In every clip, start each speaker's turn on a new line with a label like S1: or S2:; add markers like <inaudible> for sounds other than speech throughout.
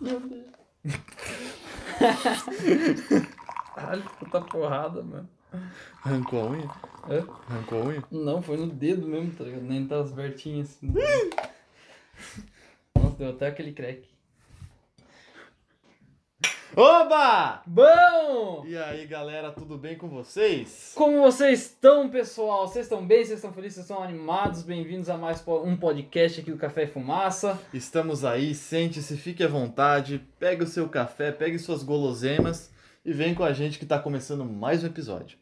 S1: Meu Deus. Caralho, puta porrada, mano.
S2: Arrancou a unha?
S1: Hã?
S2: Arrancou a unha?
S1: Não, foi no dedo mesmo, tá ligado? Nem tá as vertinhas assim. tá ligado? Nossa, deu até aquele crack.
S2: Oba!
S1: Bom!
S2: E aí, galera, tudo bem com vocês?
S1: Como vocês estão, pessoal? Vocês estão bem? Vocês estão felizes? Vocês estão animados? Bem-vindos a mais po- um podcast aqui do Café e Fumaça.
S2: Estamos aí, sente-se, fique à vontade, pegue o seu café, pegue suas guloseimas e vem com a gente que tá começando mais um episódio.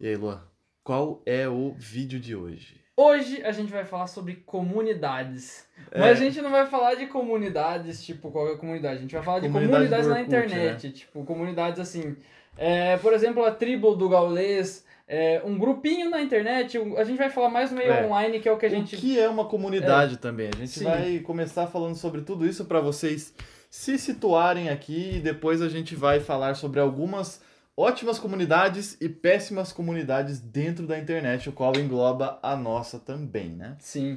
S2: E aí, Luan, qual é o vídeo de hoje?
S1: Hoje a gente vai falar sobre comunidades.
S2: É.
S1: Mas a gente não vai falar de comunidades, tipo, qualquer comunidade. A gente vai falar de
S2: Comunidade
S1: comunidades
S2: do
S1: na
S2: Orkut, né?
S1: internet. Tipo, comunidades assim. é, por exemplo, a tribo do gaulês. é, um grupinho na internet. um- a gente vai falar mais no meio
S2: É.
S1: online, que é o que a gente.
S2: O que é uma comunidade também? A gente
S1: Sim.
S2: vai começar falando sobre tudo isso para vocês se situarem aqui e depois a gente vai falar sobre algumas ótimas comunidades e péssimas comunidades dentro da internet, o qual engloba a nossa também, né?
S1: Sim.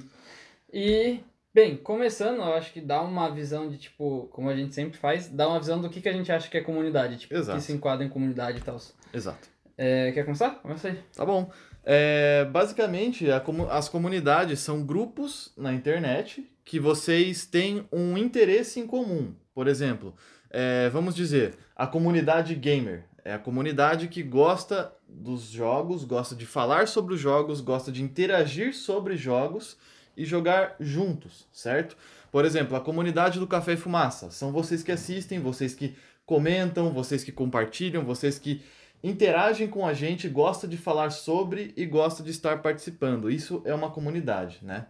S1: E, bem, começando, eu acho que dá uma visão de, tipo, como a gente sempre faz, dá uma visão do que, que a gente acha que é comunidade. Tipo,
S2: Exato.
S1: que se enquadra em comunidade e tal.
S2: Exato.
S1: É, quer começar? Começa aí.
S2: Tá bom. É, basicamente, a comu- as comunidades são grupos na internet que vocês têm um interesse em comum. Por exemplo, é, vamos dizer, a comunidade gamer. É a comunidade que gosta dos jogos, gosta de falar sobre os jogos, gosta de interagir sobre jogos e jogar juntos, certo? Por exemplo, a comunidade do Café e Fumaça. São vocês que assistem, vocês que comentam, vocês que compartilham, vocês que interagem com a gente, gosta de falar sobre e gosta de estar participando. Isso é uma comunidade, né?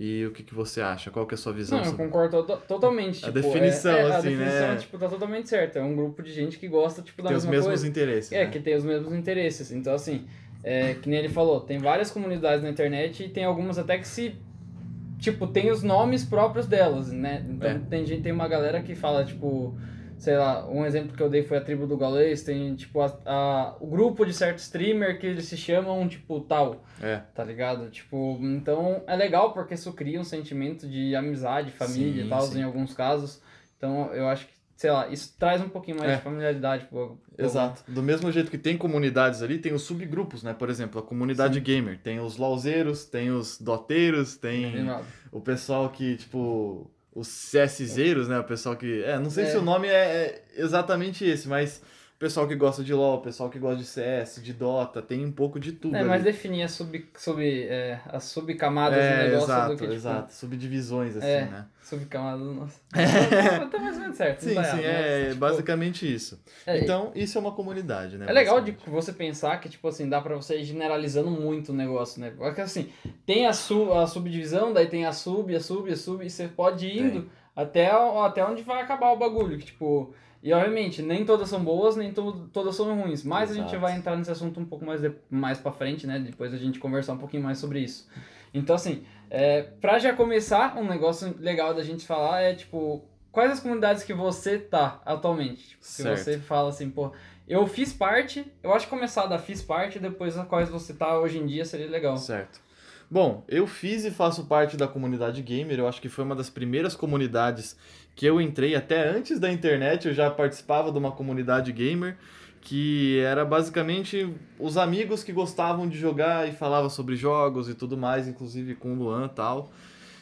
S2: E o que, que você acha? Qual que é a sua visão?
S1: Não, eu
S2: sobre-
S1: concordo to- totalmente. tipo,
S2: A definição,
S1: é, é,
S2: assim,
S1: a definição,
S2: né?
S1: tipo, tá totalmente certa. É um grupo de gente que gosta, tipo, da
S2: Tem os
S1: mesma
S2: mesmos
S1: coisa.
S2: interesses.
S1: É,
S2: né?
S1: que tem os mesmos interesses. Então, assim, é, que nem ele falou, tem várias comunidades na internet e tem algumas até que se. Tipo, tem os nomes próprios delas, né? Então
S2: É.
S1: tem gente, tem uma galera que fala, tipo, sei lá, um exemplo que eu dei foi a tribo do Galês, tem, tipo, a- a- o grupo de certo streamer que eles se chamam, tipo, tal,
S2: É.
S1: tá ligado? Tipo, então é legal porque isso cria um sentimento de amizade, família
S2: Sim,
S1: e tal,
S2: sim.
S1: em alguns casos. Então eu acho que, sei lá, isso traz um pouquinho mais
S2: É.
S1: de familiaridade pro. pro-
S2: Exato. Do mesmo jeito que tem comunidades ali, tem os subgrupos, né? Por exemplo, a comunidade gamer. Tem os lauzeiros, tem os doteiros, tem
S1: Lembrado.
S2: o pessoal que, tipo, os CSzeiros, né? O pessoal que. É, não sei
S1: É.
S2: se o nome é é exatamente esse, mas o pessoal que gosta de LOL, o pessoal que gosta de CS, de Dota, tem um pouco de tudo.
S1: É,
S2: ali.
S1: mas definir as, sub, sub, é, as subcamadas do
S2: É,
S1: negócio
S2: exato,
S1: do que, tipo,
S2: exato. Subdivisões, assim,
S1: É.
S2: né?
S1: subcamadas do
S2: <laughs>
S1: nosso. tá mais ou menos certo. não
S2: Sim,
S1: tá
S2: sim,
S1: errado, né?
S2: é
S1: Tipo,
S2: basicamente isso.
S1: é,
S2: Então, isso é uma comunidade, né?
S1: É legal de
S2: basicamente.
S1: você pensar que, tipo assim, dá pra você ir generalizando muito o negócio, né? Porque assim, tem a, su a subdivisão, daí tem a sub, a sub, a sub, e você pode ir indo até, o- até onde vai acabar o bagulho. Que, tipo, e obviamente, nem todas são boas, nem to todas são ruins. Mas a gente
S2: Exato.
S1: vai entrar nesse assunto um pouco mais, de mais pra frente, né? Depois a gente conversar um pouquinho mais sobre isso. Então, assim, é, pra já começar, um negócio legal da gente falar é, tipo, quais as comunidades que você tá atualmente? Tipo, se
S2: Certo.
S1: você fala assim, pô, eu fiz parte, eu acho que começar da fiz parte, depois a quais você tá hoje em dia seria legal.
S2: Certo. Bom, eu fiz e faço parte da comunidade gamer, eu acho que foi uma das primeiras comunidades que eu entrei, até antes da internet eu já participava de uma comunidade gamer, que era basicamente os amigos que gostavam de jogar e falava sobre jogos e tudo mais, inclusive com o Luan e tal.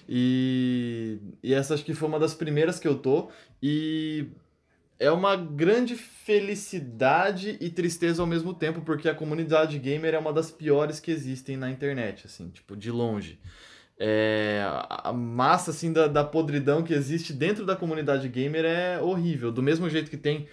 S2: E, e essa acho que foi uma das primeiras que eu tô, e é uma grande felicidade e tristeza ao mesmo tempo, porque a comunidade gamer é uma das piores que existem na internet, assim, tipo, de longe. É, a a massa, assim, da, da podridão que existe dentro da comunidade gamer é horrível. Do mesmo jeito que tem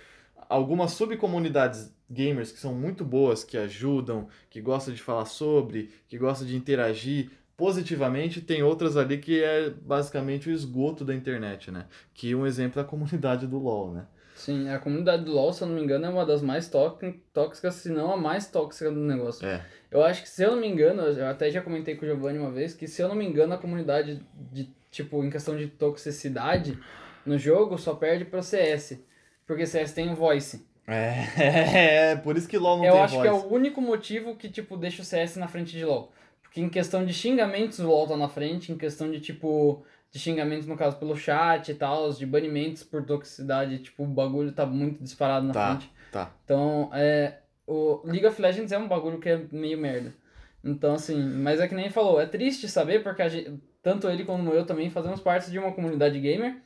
S2: algumas subcomunidades gamers que são muito boas, que ajudam, que gostam de falar sobre, que gostam de interagir positivamente, tem outras ali que é basicamente o esgoto da internet, né? Que um exemplo é a comunidade do LoL, né?
S1: Sim, a comunidade do LoL, se eu não me engano, é uma das mais tóxi- tóxicas, se não a mais tóxica do negócio.
S2: É.
S1: Eu acho que, se eu não me engano, eu até já comentei com o Giovanni uma vez, que se eu não me engano, a comunidade, de tipo, em questão de toxicidade no jogo, só perde pro CS. Porque CS tem o voice.
S2: É, <laughs> por isso que LoL não
S1: eu
S2: tem
S1: acho é
S2: voz.
S1: que é o único motivo que, tipo, deixa o CS na frente de LoL. Porque em questão de xingamentos o LoL tá na frente, em questão de tipo. De xingamentos, no caso, pelo chat e tal, de banimentos por toxicidade, tipo, o bagulho tá muito disparado na
S2: Tá.
S1: frente.
S2: Tá.
S1: Então, é, o League of Legends é um bagulho que é meio merda. Então, assim, mas é que nem ele falou, é triste saber, porque a gente- tanto ele como eu também fazemos parte de uma comunidade gamer.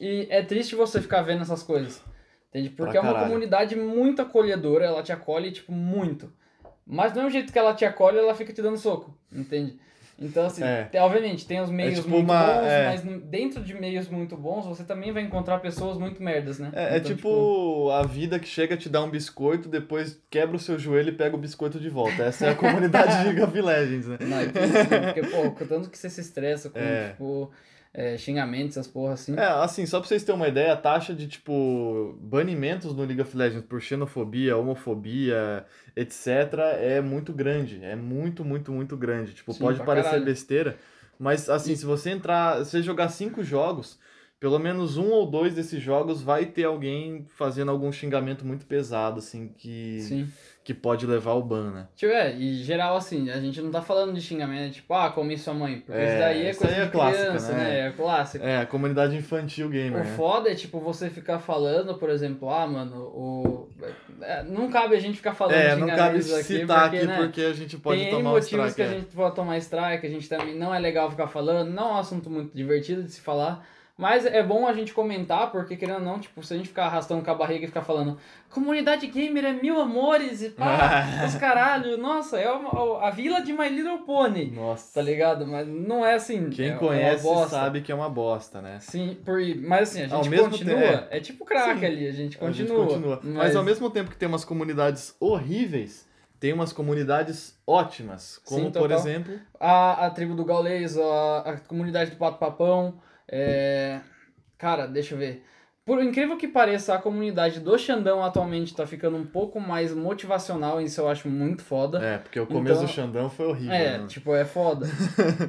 S1: E é triste você ficar vendo essas coisas. Entende? Porque é uma
S2: caralho.
S1: comunidade muito acolhedora, ela te acolhe, tipo, muito. Mas do mesmo jeito que ela te acolhe, ela fica te dando soco, entende? Então, assim,
S2: É.
S1: te- obviamente, tem os meios
S2: tipo
S1: muito
S2: uma-
S1: bons,
S2: é.
S1: mas n- dentro de meios muito bons, você também vai encontrar pessoas muito merdas, né?
S2: É, é
S1: Então,
S2: tipo a vida que chega a te dar um biscoito, depois quebra o seu joelho e pega o biscoito de volta. Essa é a
S1: <laughs>
S2: comunidade de League of Legends, né?
S1: Não, é que isso, né? porque, pô, com tanto que você se estressa com,
S2: É.
S1: tipo, é, xingamentos, essas porra assim.
S2: É, assim, só pra vocês terem uma ideia, a taxa de, tipo, banimentos no League of Legends por xenofobia, homofobia, etc., é muito grande. É muito, muito, muito grande. Tipo,
S1: Sim,
S2: pode
S1: pra
S2: parecer
S1: caralho.
S2: besteira, mas, assim, se você entrar, se você jogar cinco jogos, pelo menos um ou dois desses jogos vai ter alguém fazendo algum xingamento muito pesado, assim, que,
S1: Sim.
S2: que pode levar ao ban, né?
S1: Tipo, é, e geral, assim, a gente não tá falando de xingamento, tipo, ah, comi sua mãe. Porque
S2: É,
S1: isso daí é
S2: isso
S1: coisa
S2: aí é
S1: de
S2: clássica,
S1: criança,
S2: né?
S1: né? É clássico.
S2: É, a comunidade infantil gamer,
S1: O
S2: né?
S1: foda é, tipo, você ficar falando, por exemplo, ah, mano, o... é, não cabe a gente ficar falando
S2: É, não
S1: xingamentos
S2: cabe
S1: aqui,
S2: citar
S1: porque,
S2: aqui
S1: né,
S2: porque a gente pode
S1: tem N
S2: tomar um
S1: motivos
S2: strike.
S1: que a
S2: é.
S1: gente pode tomar strike, a gente também não é legal ficar falando, não é um assunto muito divertido de se falar. Mas é bom a gente comentar, porque querendo ou não, tipo, se a gente ficar arrastando com a barriga e ficar falando comunidade gamer é mil amores e pá,
S2: <laughs>
S1: os caralho, nossa, é uma- a vila de My Little Pony,
S2: Nossa,
S1: tá ligado? Mas não é assim. é
S2: Quem
S1: uma
S2: conhece
S1: bosta.
S2: sabe que é uma bosta, né?
S1: Sim, por... mas assim, a gente
S2: Ao mesmo
S1: continua.
S2: tempo-
S1: É tipo crack
S2: Sim,
S1: ali, a gente
S2: A gente
S1: continua.
S2: Mas... ao mesmo tempo que tem umas comunidades horríveis, tem umas comunidades ótimas. Como,
S1: Sim,
S2: por
S1: total.
S2: exemplo,
S1: a, a tribo do Gaulês, a, a comunidade do Pato Papão. é, Cara, deixa eu ver. Por incrível que pareça, a comunidade do Xandão atualmente tá ficando um pouco mais motivacional, isso eu acho muito foda.
S2: é, porque o começo
S1: Então-
S2: do Xandão foi horrível.
S1: É,
S2: né?
S1: tipo, é
S2: <laughs>
S1: foda.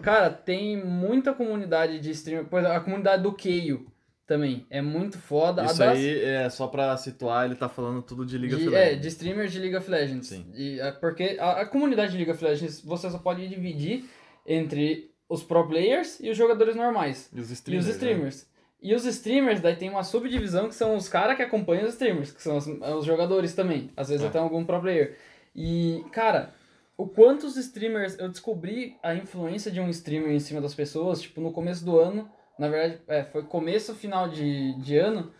S1: Cara, tem muita comunidade de streamer. Por exemplo, a comunidade do Keio também é muito foda.
S2: Isso
S1: a das-
S2: aí é só pra situar, ele tá falando tudo de Liga
S1: de-
S2: Filé.
S1: É, de streamers de League of Legends.
S2: Sim.
S1: E, é, porque a, a comunidade de League of Legends você só pode dividir entre os pro players e os jogadores normais.
S2: E os
S1: E
S2: streamers.
S1: os
S2: né?
S1: streamers. E os streamers, daí tem uma subdivisão que são os caras que acompanham os streamers, que são os, é, os jogadores também. Às vezes
S2: É.
S1: até algum pro player. E, cara, o quanto os streamers. Eu descobri a influência de um streamer em cima das pessoas, tipo, no começo do ano. Na verdade, é, foi começo, final de, de ano.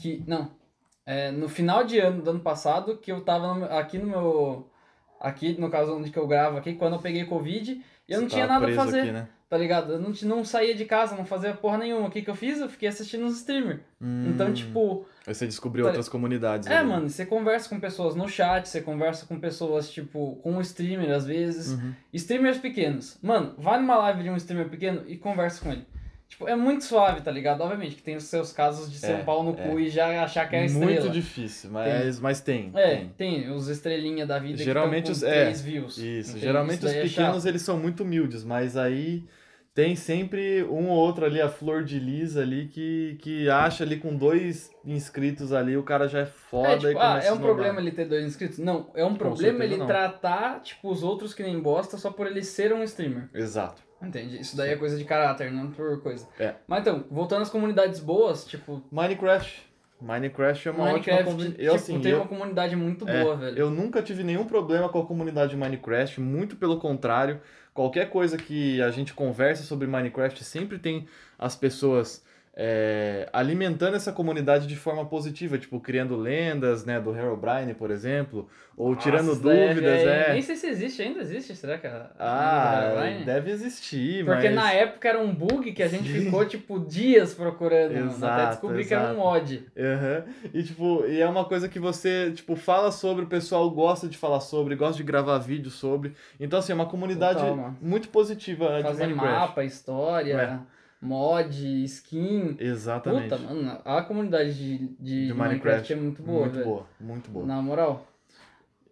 S1: Que. Não. É, no final de ano do ano passado, que eu tava no- aqui no meu. Aqui, no caso onde que eu gravo aqui, quando eu peguei Covid, e eu não
S2: Você
S1: tinha
S2: tava
S1: nada pra
S2: preso
S1: fazer
S2: aqui, né?
S1: tá ligado? Eu não, ti- não saía de casa, não fazia porra nenhuma. O que que eu fiz? Eu fiquei assistindo os streamers.
S2: Hum,
S1: Então, tipo,
S2: Aí você descobriu
S1: tá-
S2: outras comunidades.
S1: é,
S2: ali.
S1: mano, você conversa com pessoas no chat, você conversa com pessoas, tipo, com o streamer às vezes.
S2: Uhum.
S1: Streamers pequenos. Mano, vai numa live de um streamer pequeno e conversa com ele. Tipo, é muito suave, tá ligado? Obviamente que tem os seus casos de ser
S2: É,
S1: um pau no
S2: é.
S1: cu e já achar que é a estrela.
S2: Muito difícil, mas, mas tem.
S1: É,
S2: tem.
S1: tem os estrelinha da vida
S2: Geralmente
S1: que
S2: os-
S1: estão com
S2: é,
S1: três views.
S2: Isso,
S1: entende?
S2: geralmente os
S1: daí é
S2: pequenos
S1: chato.
S2: eles são muito humildes, mas aí tem sempre um ou outro ali, a flor de lisa ali, que, que acha ali com dois inscritos ali, o cara já é foda
S1: É, tipo,
S2: e
S1: ah,
S2: começa
S1: é
S2: a
S1: um
S2: esnobar.
S1: problema ele ter dois inscritos? Não, é um problema
S2: certeza
S1: ele
S2: não.
S1: tratar, tipo, os outros que nem bosta só por ele ser um streamer.
S2: Exato.
S1: Entende? Isso daí é coisa de caráter, não por coisa.
S2: É.
S1: Mas então, voltando às comunidades boas, tipo,
S2: Minecraft. Minecraft é uma
S1: Minecraft,
S2: ótima comunidade.
S1: tipo,
S2: Eu, assim,
S1: tem
S2: eu,
S1: uma comunidade muito
S2: É,
S1: boa, velho.
S2: eu nunca tive nenhum problema com a comunidade de Minecraft, muito pelo contrário. Qualquer coisa que a gente conversa sobre Minecraft, sempre tem as pessoas é, alimentando essa comunidade de forma positiva, tipo, criando lendas, né, do Herobrine, por exemplo, ou
S1: Nossa,
S2: tirando
S1: isso daí
S2: dúvidas, é.
S1: Nem sei se existe, ainda existe, será que é a...
S2: Ah,
S1: a Herobrine?
S2: deve existir,
S1: Porque
S2: mas...
S1: na época era um bug que a gente
S2: Sim.
S1: ficou, tipo, dias procurando, mano, até
S2: Exato,
S1: descobrir que era
S2: exato.
S1: um mod.
S2: Aham. E tipo, e é uma coisa que você, tipo, fala sobre, o pessoal gosta de falar sobre, gosta de gravar vídeo sobre. Então, assim, é uma comunidade
S1: Total, mano.
S2: muito positiva né, de
S1: Fazer
S2: Minecraft. É.
S1: mapa, história, mod, skin.
S2: Exatamente.
S1: Puta, mano, a comunidade de, de,
S2: De
S1: de Minecraft.
S2: Minecraft.
S1: é muito boa,
S2: muito
S1: velho.
S2: boa, muito boa.
S1: Na moral.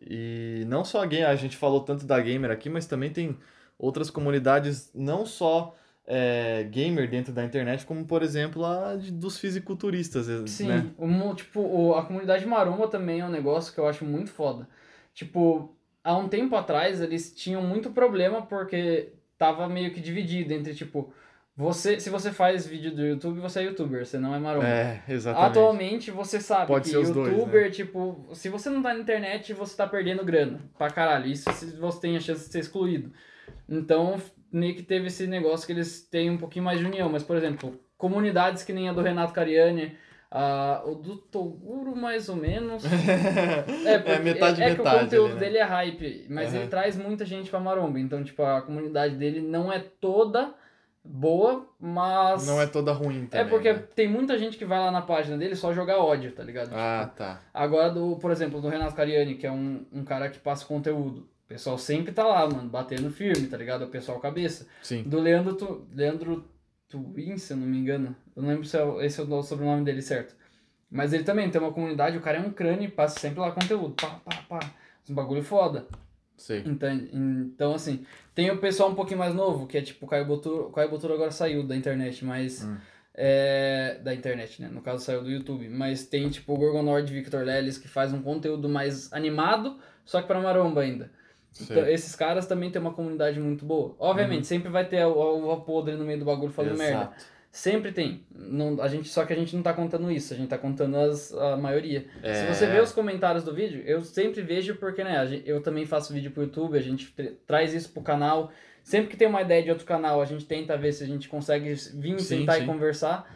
S2: E não só a gamer, a gente falou tanto da gamer aqui, mas também tem outras comunidades, não só é, gamer dentro da internet, como por exemplo a de- dos fisiculturistas,
S1: Sim,
S2: né?
S1: o mu- tipo, o- a comunidade maromba também é um negócio que eu acho muito foda. Tipo, há um tempo atrás eles tinham muito problema porque tava meio que dividido entre tipo você se você faz vídeo do YouTube você é youtuber você não é maromba
S2: É, exatamente. <laughs>
S1: Atualmente você sabe
S2: Pode
S1: que
S2: ser os
S1: youtuber,
S2: dois, né?
S1: tipo, se você não tá na internet, você tá perdendo grana pra caralho. Isso se você tem a chance de ser excluído. Então, meio que teve esse negócio que eles têm um pouquinho mais de união. Mas, por exemplo, comunidades que nem a do Renato Cariani, a, o do Toguro, mais ou
S2: <laughs>
S1: menos. É, porque,
S2: é metade
S1: é, é que o
S2: metade.
S1: conteúdo
S2: ali, né?
S1: dele é hype, mas
S2: Aham.
S1: ele traz muita gente pra maromba. Então, tipo, a comunidade dele não é toda boa, mas...
S2: Não é toda ruim
S1: É
S2: também.
S1: porque
S2: né?
S1: tem muita gente que vai lá na página dele só jogar ódio, tá ligado?
S2: Ah,
S1: Tipo,
S2: tá.
S1: Agora, do, por exemplo, do Renato Cariani, que é um, um cara que passa conteúdo. O pessoal sempre tá lá, mano, batendo firme, tá ligado? O pessoal cabeça.
S2: Sim.
S1: Do Leandro, tu, Leandro Twin, se eu não me engano. Eu não lembro se é, o- esse é o sobrenome dele certo. Mas ele também tem uma comunidade, o cara é um crânio e passa sempre lá conteúdo. Pá, pá, pá. Uns bagulho foda.
S2: Sei.
S1: Então, então, assim, tem o pessoal um pouquinho mais novo, que é tipo o Caio Boturo. O Caio Boturo agora saiu da internet, mas.
S2: Hum.
S1: é, da internet, né? No caso saiu do YouTube. Mas tem tipo o Gorgonord Victor Lelis, que faz um conteúdo mais animado, só que pra maromba ainda.
S2: sei.
S1: Então, esses caras também têm uma comunidade muito boa. Obviamente, sempre vai ter a a uva podre no meio do bagulho falando merda.
S2: Uhum. Exato.
S1: Sempre tem. Não, a gente, só que a gente não tá contando isso, a gente tá contando as, a maioria.
S2: É.
S1: Se você vê os comentários do vídeo, eu sempre vejo porque, né, a gen- eu também faço vídeo pro YouTube, a gente tra- traz isso pro canal. Sempre que tem uma ideia de outro canal, a gente tenta ver se a gente consegue vir,
S2: Sim,
S1: sentar
S2: sim.
S1: e conversar.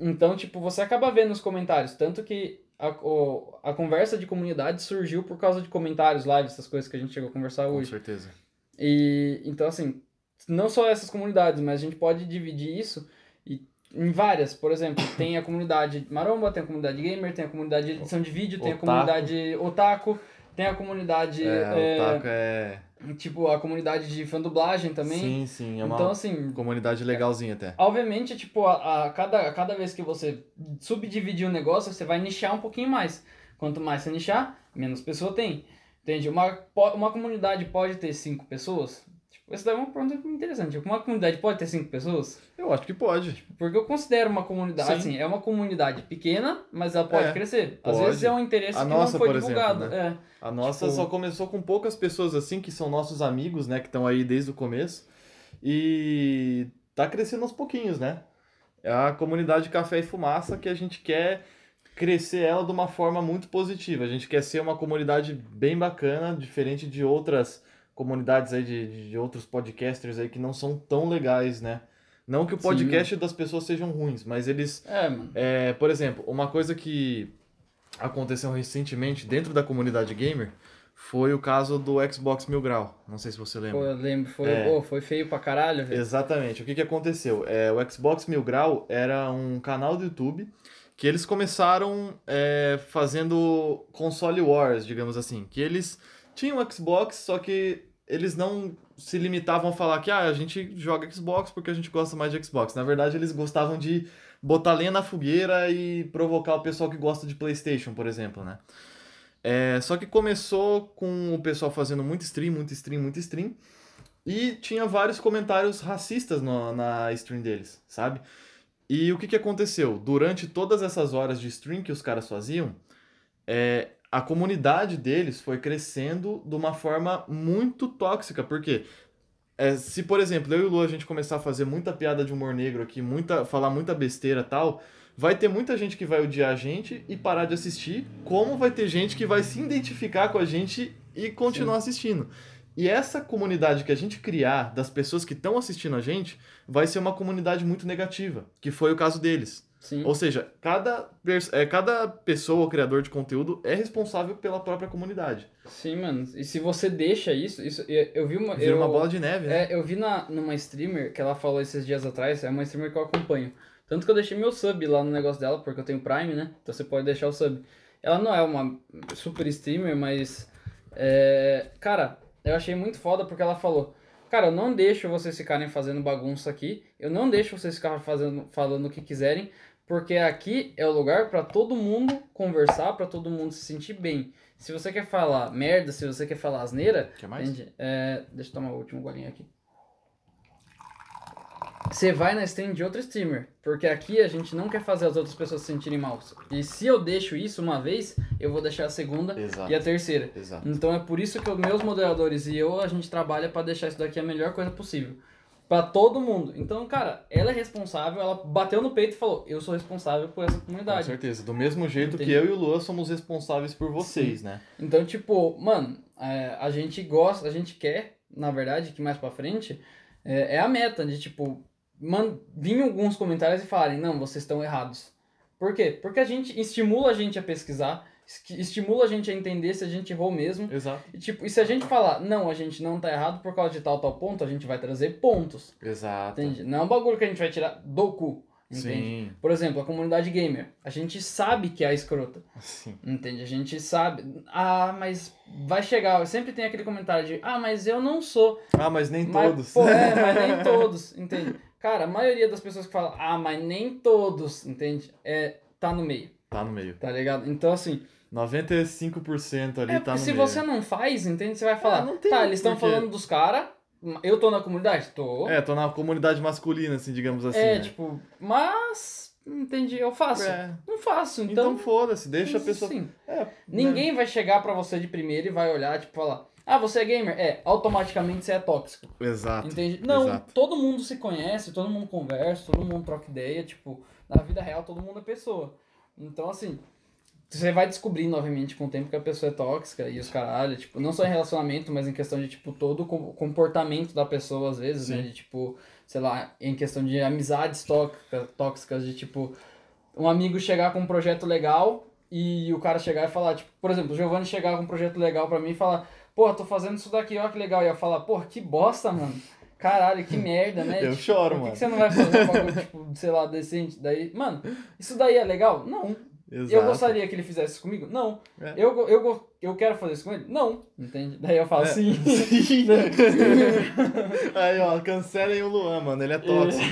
S1: Então, tipo, você acaba vendo os comentários. Tanto que a, o- a conversa de comunidade surgiu por causa de comentários, lives, essas coisas que a gente chegou a conversar
S2: Com
S1: hoje.
S2: certeza.
S1: E então assim, não só essas comunidades, mas a gente pode dividir isso e- em várias. Por exemplo, tem a comunidade maromba, tem a comunidade gamer, tem a comunidade de edição de vídeo, tem a
S2: Otaku.
S1: comunidade otaku, tem a comunidade
S2: é,
S1: é,
S2: o Taco é.
S1: tipo a comunidade de fã dublagem também.
S2: Sim, sim. É uma
S1: Então assim,
S2: comunidade legalzinha até.
S1: Obviamente, tipo, a, a cada, a cada vez que você subdividir o negócio, você vai nichar um pouquinho mais. Quanto mais você nichar, menos pessoa tem. Entende? Uma, po- uma comunidade pode ter cinco pessoas? Tipo, essa daí é uma pergunta interessante. Tipo, uma comunidade pode ter cinco pessoas?
S2: Eu acho que pode.
S1: Porque eu considero uma comunidade,
S2: Sim.
S1: assim, é uma comunidade pequena, mas ela pode
S2: É,
S1: crescer. Às
S2: pode.
S1: vezes é um interesse
S2: A
S1: que
S2: nossa,
S1: não foi
S2: por exemplo, né?
S1: divulgado. é.
S2: A nossa
S1: Tipo-
S2: só começou com poucas pessoas assim, que são nossos amigos, né? Que estão aí desde o começo. E tá crescendo aos pouquinhos, né? É a comunidade Café e Fumaça que a gente quer crescer ela de uma forma muito positiva. A gente quer ser uma comunidade bem bacana, diferente de outras comunidades aí, de, de outros podcasters aí que não são tão legais, né? Não que o
S1: Sim.
S2: podcast das pessoas sejam ruins, mas eles
S1: É, mano.
S2: é, por exemplo, uma coisa que aconteceu recentemente dentro da comunidade gamer foi o caso do Xbox Mil Grau. Não sei se você
S1: Pô,
S2: lembra.
S1: eu lembro, foi,
S2: É.
S1: pô, foi feio pra caralho, velho.
S2: Exatamente. O que, que aconteceu? É, o Xbox Mil Grau era um canal do YouTube que eles começaram é, fazendo console wars, digamos assim. Que eles tinham um Xbox, só que eles não se limitavam a falar que ah, a gente joga Xbox porque a gente gosta mais de Xbox. Na verdade, eles gostavam de botar lenha na fogueira e provocar o pessoal que gosta de PlayStation, por exemplo, né? É, só que começou com o pessoal fazendo muito stream, muito stream, muito stream. E tinha vários comentários racistas no- na stream deles, sabe? E o que, que aconteceu? Durante todas essas horas de stream que os caras faziam, é, a comunidade deles foi crescendo de uma forma muito tóxica, porque é, se, por exemplo, eu e o Lu a gente começar a fazer muita piada de humor negro aqui, muita, falar muita besteira e tal, vai ter muita gente que vai odiar a gente e parar de assistir, como vai ter gente que vai se identificar com a gente e continuar assistindo. E essa comunidade que a gente criar das pessoas que estão assistindo a gente vai ser uma comunidade muito negativa, que foi o caso deles.
S1: Sim.
S2: Ou seja, cada, pers- é, cada pessoa ou criador de conteúdo é responsável pela própria comunidade.
S1: Sim, mano. E se você deixa isso, isso eu, eu vi uma.
S2: Vira
S1: eu,
S2: uma bola de neve, né?
S1: É, eu vi na, numa streamer que ela falou esses dias atrás, é uma streamer que eu acompanho. Tanto que eu deixei meu sub lá no negócio dela, porque eu tenho Prime, né? Então você pode deixar o sub. Ela não é uma super streamer, mas. é, cara, eu achei muito foda porque ela falou. Cara, eu não deixo vocês ficarem fazendo bagunça aqui. Eu não deixo vocês ficarem fazendo, falando o que quiserem. Porque aqui é o lugar pra todo mundo conversar, pra todo mundo se sentir bem. Se você quer falar merda, se você quer falar asneira,
S2: Quer mais?
S1: Entende? É, deixa eu tomar o último golinho aqui. Você vai na stream de outro streamer, porque aqui a gente não quer fazer as outras pessoas se sentirem mal. E se eu deixo isso uma vez, eu vou deixar a segunda
S2: Exato.
S1: e a terceira.
S2: Exato.
S1: Então é por isso que os meus moderadores e eu, a gente trabalha pra deixar isso daqui a melhor coisa possível. Pra todo mundo. Então, cara, ela é responsável, ela bateu no peito e falou: Eu sou responsável por essa
S2: Com
S1: comunidade.
S2: certeza. Do mesmo jeito
S1: Entendi.
S2: que eu e o Luan somos responsáveis por vocês, né?
S1: Então, tipo, mano, é, a gente gosta, a gente quer, na verdade, que mais pra frente, é, é a meta de, tipo, man, vir alguns comentários e falarem, não, vocês estão errados. Por quê? Porque a gente estimula a gente a pesquisar, esqui- estimula a gente a entender se a gente errou mesmo.
S2: Exato.
S1: E, tipo, e se a gente falar, não, a gente não tá errado por causa de tal, tal ponto, a gente vai trazer pontos,
S2: Exato.
S1: entende? Não é um bagulho que a gente vai tirar do cu, entende?
S2: Sim.
S1: Por exemplo, a comunidade gamer, a gente sabe que é a escrota.
S2: Sim.
S1: Entende? A gente sabe. Ah, mas vai chegar. Sempre tem aquele comentário de ah, mas eu não sou.
S2: Ah, mas nem
S1: mas,
S2: todos.
S1: Pô,
S2: <laughs>
S1: é, mas nem todos, entende? Cara, a maioria das pessoas que falam, ah, mas nem todos, entende? É, tá no meio,
S2: Tá no meio.
S1: tá ligado? Então, assim,
S2: 95% ali
S1: é
S2: tá
S1: porque
S2: no
S1: se
S2: meio.
S1: você não faz, entende? Você vai falar,
S2: É, não tem
S1: tá, eles estão
S2: porquê.
S1: falando dos caras, eu tô na comunidade? Tô.
S2: É, tô na comunidade masculina, assim, digamos assim.
S1: É,
S2: né?
S1: tipo, mas, entende? Eu faço.
S2: É.
S1: Não faço,
S2: Então,
S1: então.
S2: foda-se, deixa a
S1: Sim,
S2: pessoa.
S1: sim.
S2: É, né?
S1: Ninguém vai chegar pra você de primeiro e vai olhar, tipo, falar, ah, você é gamer? É, automaticamente você é tóxico.
S2: Exato.
S1: Entende? Não,
S2: Ah, exato.
S1: todo mundo se conhece, todo mundo conversa, todo mundo troca ideia, tipo, na vida real todo mundo é pessoa. Então, assim, você vai descobrir novamente com o tempo que a pessoa é tóxica e os caralho, tipo, não só em relacionamento, mas em questão de, tipo, todo o com- comportamento da pessoa, às vezes, né?
S2: Sim.
S1: De, tipo, sei lá, em questão de amizades tóxica- tóxicas, de, tipo, um amigo chegar com um projeto legal e o cara chegar e falar, tipo, por exemplo, o Giovanni chegar com um projeto legal pra mim e falar, porra, tô fazendo isso daqui, ó que legal. E eu falar, porra, que bosta, mano. Caralho, que merda, né?
S2: <laughs> Eu
S1: Tipo,
S2: choro,
S1: por que,
S2: mano.
S1: que você não vai fazer um bagulho, tipo, sei lá, decente? Daí, mano, isso daí é legal? Não.
S2: Exato.
S1: Eu
S2: <laughs>
S1: gostaria que ele fizesse isso comigo? Não.
S2: É.
S1: Eu, go- eu, go- eu quero fazer isso com ele? Não. Entende? Daí eu falo,
S2: É. <laughs>
S1: sim. <laughs>
S2: Sim. Aí, ó, cancelem o Luan, mano. Ele
S1: <laughs>
S2: é tóxico.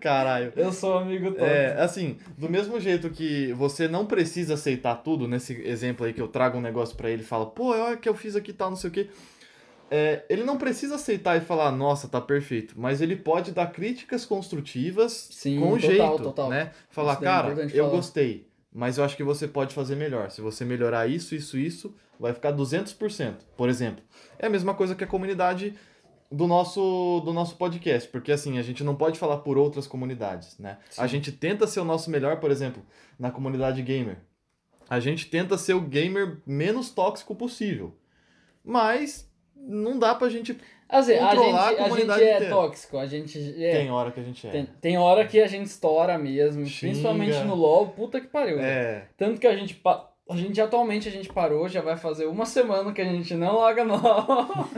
S2: Caralho.
S1: eu sou um amigo todo.
S2: É, assim, do mesmo jeito que você não precisa aceitar tudo, nesse exemplo aí que eu trago um negócio pra ele e fala, pô, olha o que eu fiz aqui e tal, não sei o quê. É, ele não precisa aceitar e falar, nossa, tá perfeito. Mas ele pode dar críticas construtivas
S1: Sim,
S2: com
S1: total,
S2: jeito,
S1: total.
S2: né? Falar,
S1: Isso daí é
S2: cara,
S1: importante
S2: eu
S1: falar."
S2: gostei, mas eu acho que você pode fazer melhor. Se você melhorar isso, isso, isso, vai ficar 200%, por exemplo. É a mesma coisa que a comunidade do nosso, do nosso podcast, porque assim, a gente não pode falar por outras comunidades, né? A
S1: Sim.
S2: gente tenta ser o nosso melhor, por exemplo, na comunidade gamer. A gente tenta ser o gamer menos tóxico possível. Mas não dá pra gente.
S1: Assim, a gente,
S2: controlar a
S1: a gente
S2: comunidade
S1: é
S2: inteira.
S1: tóxico, a gente é...
S2: Tem hora que a gente é.
S1: Tem, tem hora que a gente estoura mesmo,
S2: Xinga.
S1: principalmente no LoL, puta que pariu. velho.
S2: É.
S1: Tanto que a gente, pa- a gente atualmente a gente parou, já vai fazer uma semana que a gente não loga LoL.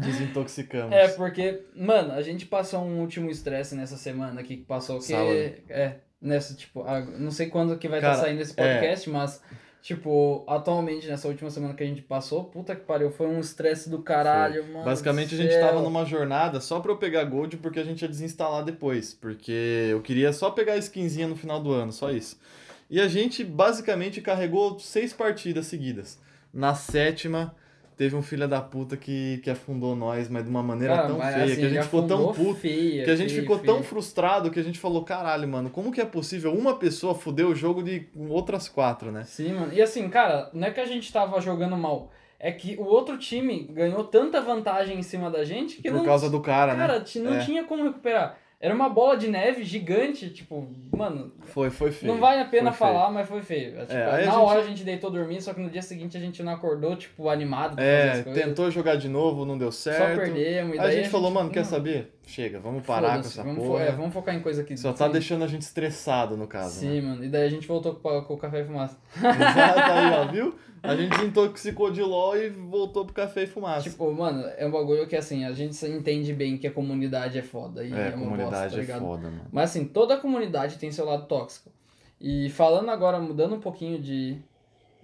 S2: Desintoxicamos.
S1: é, porque, mano, a gente passou um último estresse nessa semana aqui que passou que
S2: Sábado.
S1: é, nessa tipo, ah, não sei quando que vai estar
S2: Cara, é.
S1: saindo esse podcast, mas tipo, atualmente nessa última semana que a gente passou, puta que pariu, foi um estresse do caralho, mano.
S2: Basicamente a
S1: do
S2: gente
S1: céu.
S2: tava numa jornada só pra eu pegar gold porque a gente ia desinstalar depois, porque eu queria só pegar a skinzinha no final do ano, só isso. E a gente basicamente carregou seis partidas seguidas. Na sétima teve um filho da puta que, que afundou nós, mas de uma maneira
S1: Cara,
S2: tão
S1: mas,
S2: feia
S1: assim,
S2: que a gente
S1: já
S2: ficou tão
S1: afundou
S2: puto.
S1: feia,
S2: Que a gente
S1: feia,
S2: ficou
S1: feia.
S2: tão frustrado que a gente falou, caralho, mano, como que é possível uma pessoa fuder o jogo de outras quatro, né?
S1: Sim, mano. E assim, cara, não é que a gente tava jogando mal. É que o outro time ganhou tanta vantagem em cima da gente que
S2: Por
S1: não.
S2: causa do cara, né?
S1: cara, ti- não
S2: É.
S1: tinha como recuperar. Era uma bola de neve gigante, tipo, mano.
S2: Foi, foi feio.
S1: Não vale a pena
S2: Foi feio.
S1: falar, mas foi feio. Tipo,
S2: É,
S1: na
S2: aí a
S1: hora a gente deitou dormir, só que no dia seguinte a gente não acordou, tipo, animado. pra fazer
S2: É,
S1: as coisas.
S2: tentou jogar de novo, não deu
S1: Só
S2: certo.
S1: perdemos. E
S2: Aí
S1: daí
S2: a gente falou, mano, quer
S1: tipo, não,
S2: saber? Chega, vamos parar com
S1: foda-se,
S2: essa
S1: vamos, fo-
S2: porra.
S1: é, vamos focar em coisa que.
S2: Só tá deixando a gente estressado, no caso.
S1: Sim,
S2: Né? <laughs>
S1: mano. E daí a gente voltou com, com o café e fumaça.
S2: Exato, aí, ó, viu? A gente desintoxicou de LOL e voltou pro café e fumaça.
S1: Tipo, mano, é um bagulho que assim, a gente entende bem que a comunidade é foda e é,
S2: é,
S1: uma
S2: comunidade
S1: bosta, tá
S2: é
S1: ligado?
S2: foda, mano.
S1: Mas assim, toda a comunidade tem seu lado tóxico. E falando agora, mudando um pouquinho de.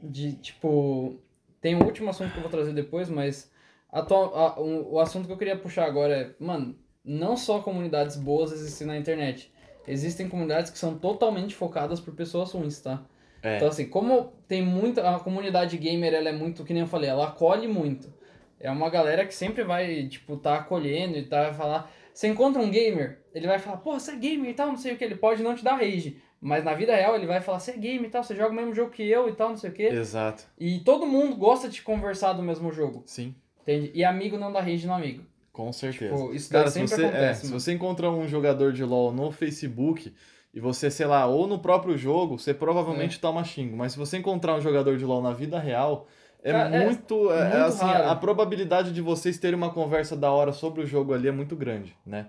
S1: de tipo. Tem um último assunto que eu vou trazer depois, mas atual, a- o, o assunto que eu queria puxar agora é, mano, não só comunidades boas existem na internet. Existem comunidades que são totalmente focadas por pessoas ruins, tá?
S2: É.
S1: Então, assim, como tem muita. A comunidade gamer, ela é muito, que nem eu falei, ela acolhe muito. É uma galera que sempre vai, tipo, tá acolhendo e tá falar. Você encontra um gamer, ele vai falar, pô, você é gamer e tal, não sei o que, ele pode não te dar rage. Mas na vida real ele vai falar, você é gamer e tal, você joga o mesmo jogo que eu e tal, não sei o
S2: É.
S1: que.
S2: Exato.
S1: E todo mundo gosta de conversar do mesmo jogo,
S2: Sim.
S1: entende? E amigo não dá rage no amigo.
S2: Com certeza.
S1: Pô, isso daí
S2: Cara, se
S1: sempre
S2: você, é,
S1: acontece.
S2: se
S1: mano.
S2: você encontrar um jogador de LoL no Facebook e você, sei lá, ou no próprio jogo, você provavelmente
S1: É.
S2: toma xingo. Mas se você encontrar um jogador de LoL na vida real, é
S1: Cara, é
S2: muito. é- é
S1: muito
S2: assim,
S1: raro.
S2: a probabilidade de vocês terem uma conversa da hora sobre o jogo ali é muito grande, né?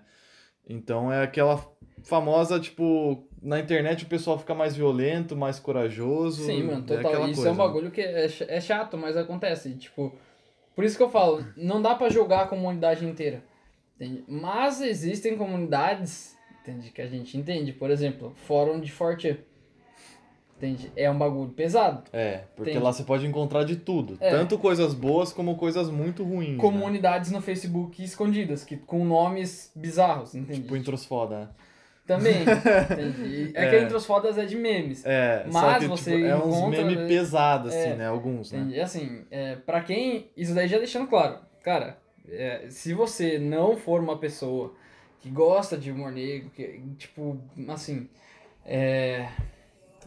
S2: Então é aquela famosa, tipo, na internet o pessoal fica mais violento, mais corajoso.
S1: Sim, mano,
S2: é
S1: total.
S2: aquela
S1: isso
S2: coisa,
S1: é um
S2: né?
S1: bagulho que é, ch- é chato, mas acontece. Tipo, por isso que eu falo, não dá pra jogar a comunidade inteira. Entende? Mas existem comunidades, entende? Que a gente entende. Por exemplo, fórum de Forte. Entende? É um bagulho pesado.
S2: É, porque
S1: Entendi.
S2: lá você pode encontrar de tudo.
S1: É.
S2: Tanto coisas boas como coisas muito ruins. né?
S1: Comunidades no Facebook escondidas, que, com nomes bizarros, entende?
S2: Tipo, intros foda, né? <laughs>
S1: Também. entende? E É, que
S2: É.
S1: entre os fodas é de memes.
S2: É, só
S1: Mas
S2: que,
S1: você
S2: tipo, é uns
S1: encontra,
S2: meme
S1: né?
S2: pesado, assim,
S1: É.
S2: né? Alguns, né?
S1: Entendi. Assim, é, para quem. Isso daí já deixando claro. Cara, é, se você não for uma pessoa que gosta de humor negro, que, tipo, assim. é,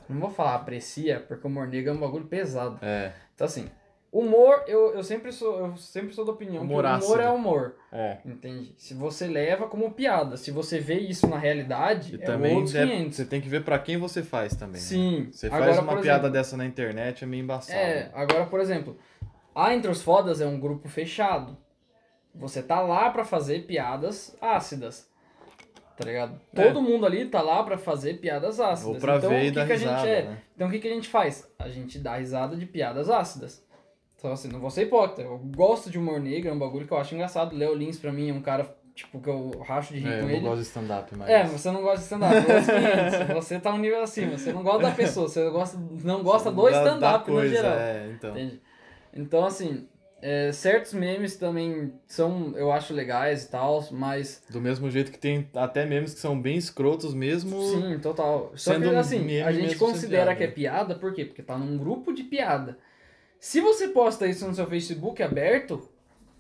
S1: não vou falar aprecia, porque o humor negro é um bagulho pesado.
S2: É,
S1: Então, assim, humor, eu, eu, sempre, sou, eu sempre sou da opinião
S2: Humor
S1: que o humor
S2: ácido.
S1: é humor.
S2: é.
S1: Entende? Se você leva como piada, se você vê isso na realidade,
S2: E
S1: é
S2: também
S1: outros
S2: é-
S1: 500.
S2: você tem que ver pra quem você faz também. né?
S1: Sim.
S2: Você
S1: Agora,
S2: faz
S1: por
S2: uma
S1: exemplo,
S2: piada dessa na internet, é meio embaçado.
S1: É, agora, por exemplo, a Entre os Fodas é um grupo fechado. Você tá lá pra fazer piadas ácidas. Tá ligado?
S2: É.
S1: Todo mundo ali tá lá pra fazer piadas ácidas.
S2: Ou pra
S1: então,
S2: ver
S1: o
S2: e
S1: que
S2: dar
S1: que a
S2: risada,
S1: gente é?
S2: né?
S1: Então, o que, que a gente faz? A gente dá risada de piadas ácidas. Então, assim, não vou ser hipócrita. Eu gosto de humor negro, é um bagulho que eu acho engraçado. Léo Lins, pra mim, é um cara, tipo, que eu racho de rir
S2: É, eu
S1: com
S2: não
S1: ele.
S2: gosto de stand-up, mas...
S1: É, você não gosta de stand-up, eu gosto de 500.
S2: <laughs>
S1: Você tá um nível acima. Você não gosta da pessoa, você gosta, não gosta do
S2: Da- da
S1: stand-up no
S2: coisa,
S1: geral.
S2: É, então.
S1: Entende? Então, assim, é, certos memes também são, eu acho, legais e tal, mas.
S2: Do mesmo jeito que tem até memes que são bem escrotos mesmo.
S1: Sim, total. Só
S2: Sendo
S1: que,
S2: um
S1: assim,
S2: meme
S1: a gente
S2: mesmo sem
S1: considera
S2: piada,
S1: que é
S2: né?
S1: piada, por quê? Porque tá num grupo de piada. Se você posta isso no seu Facebook aberto,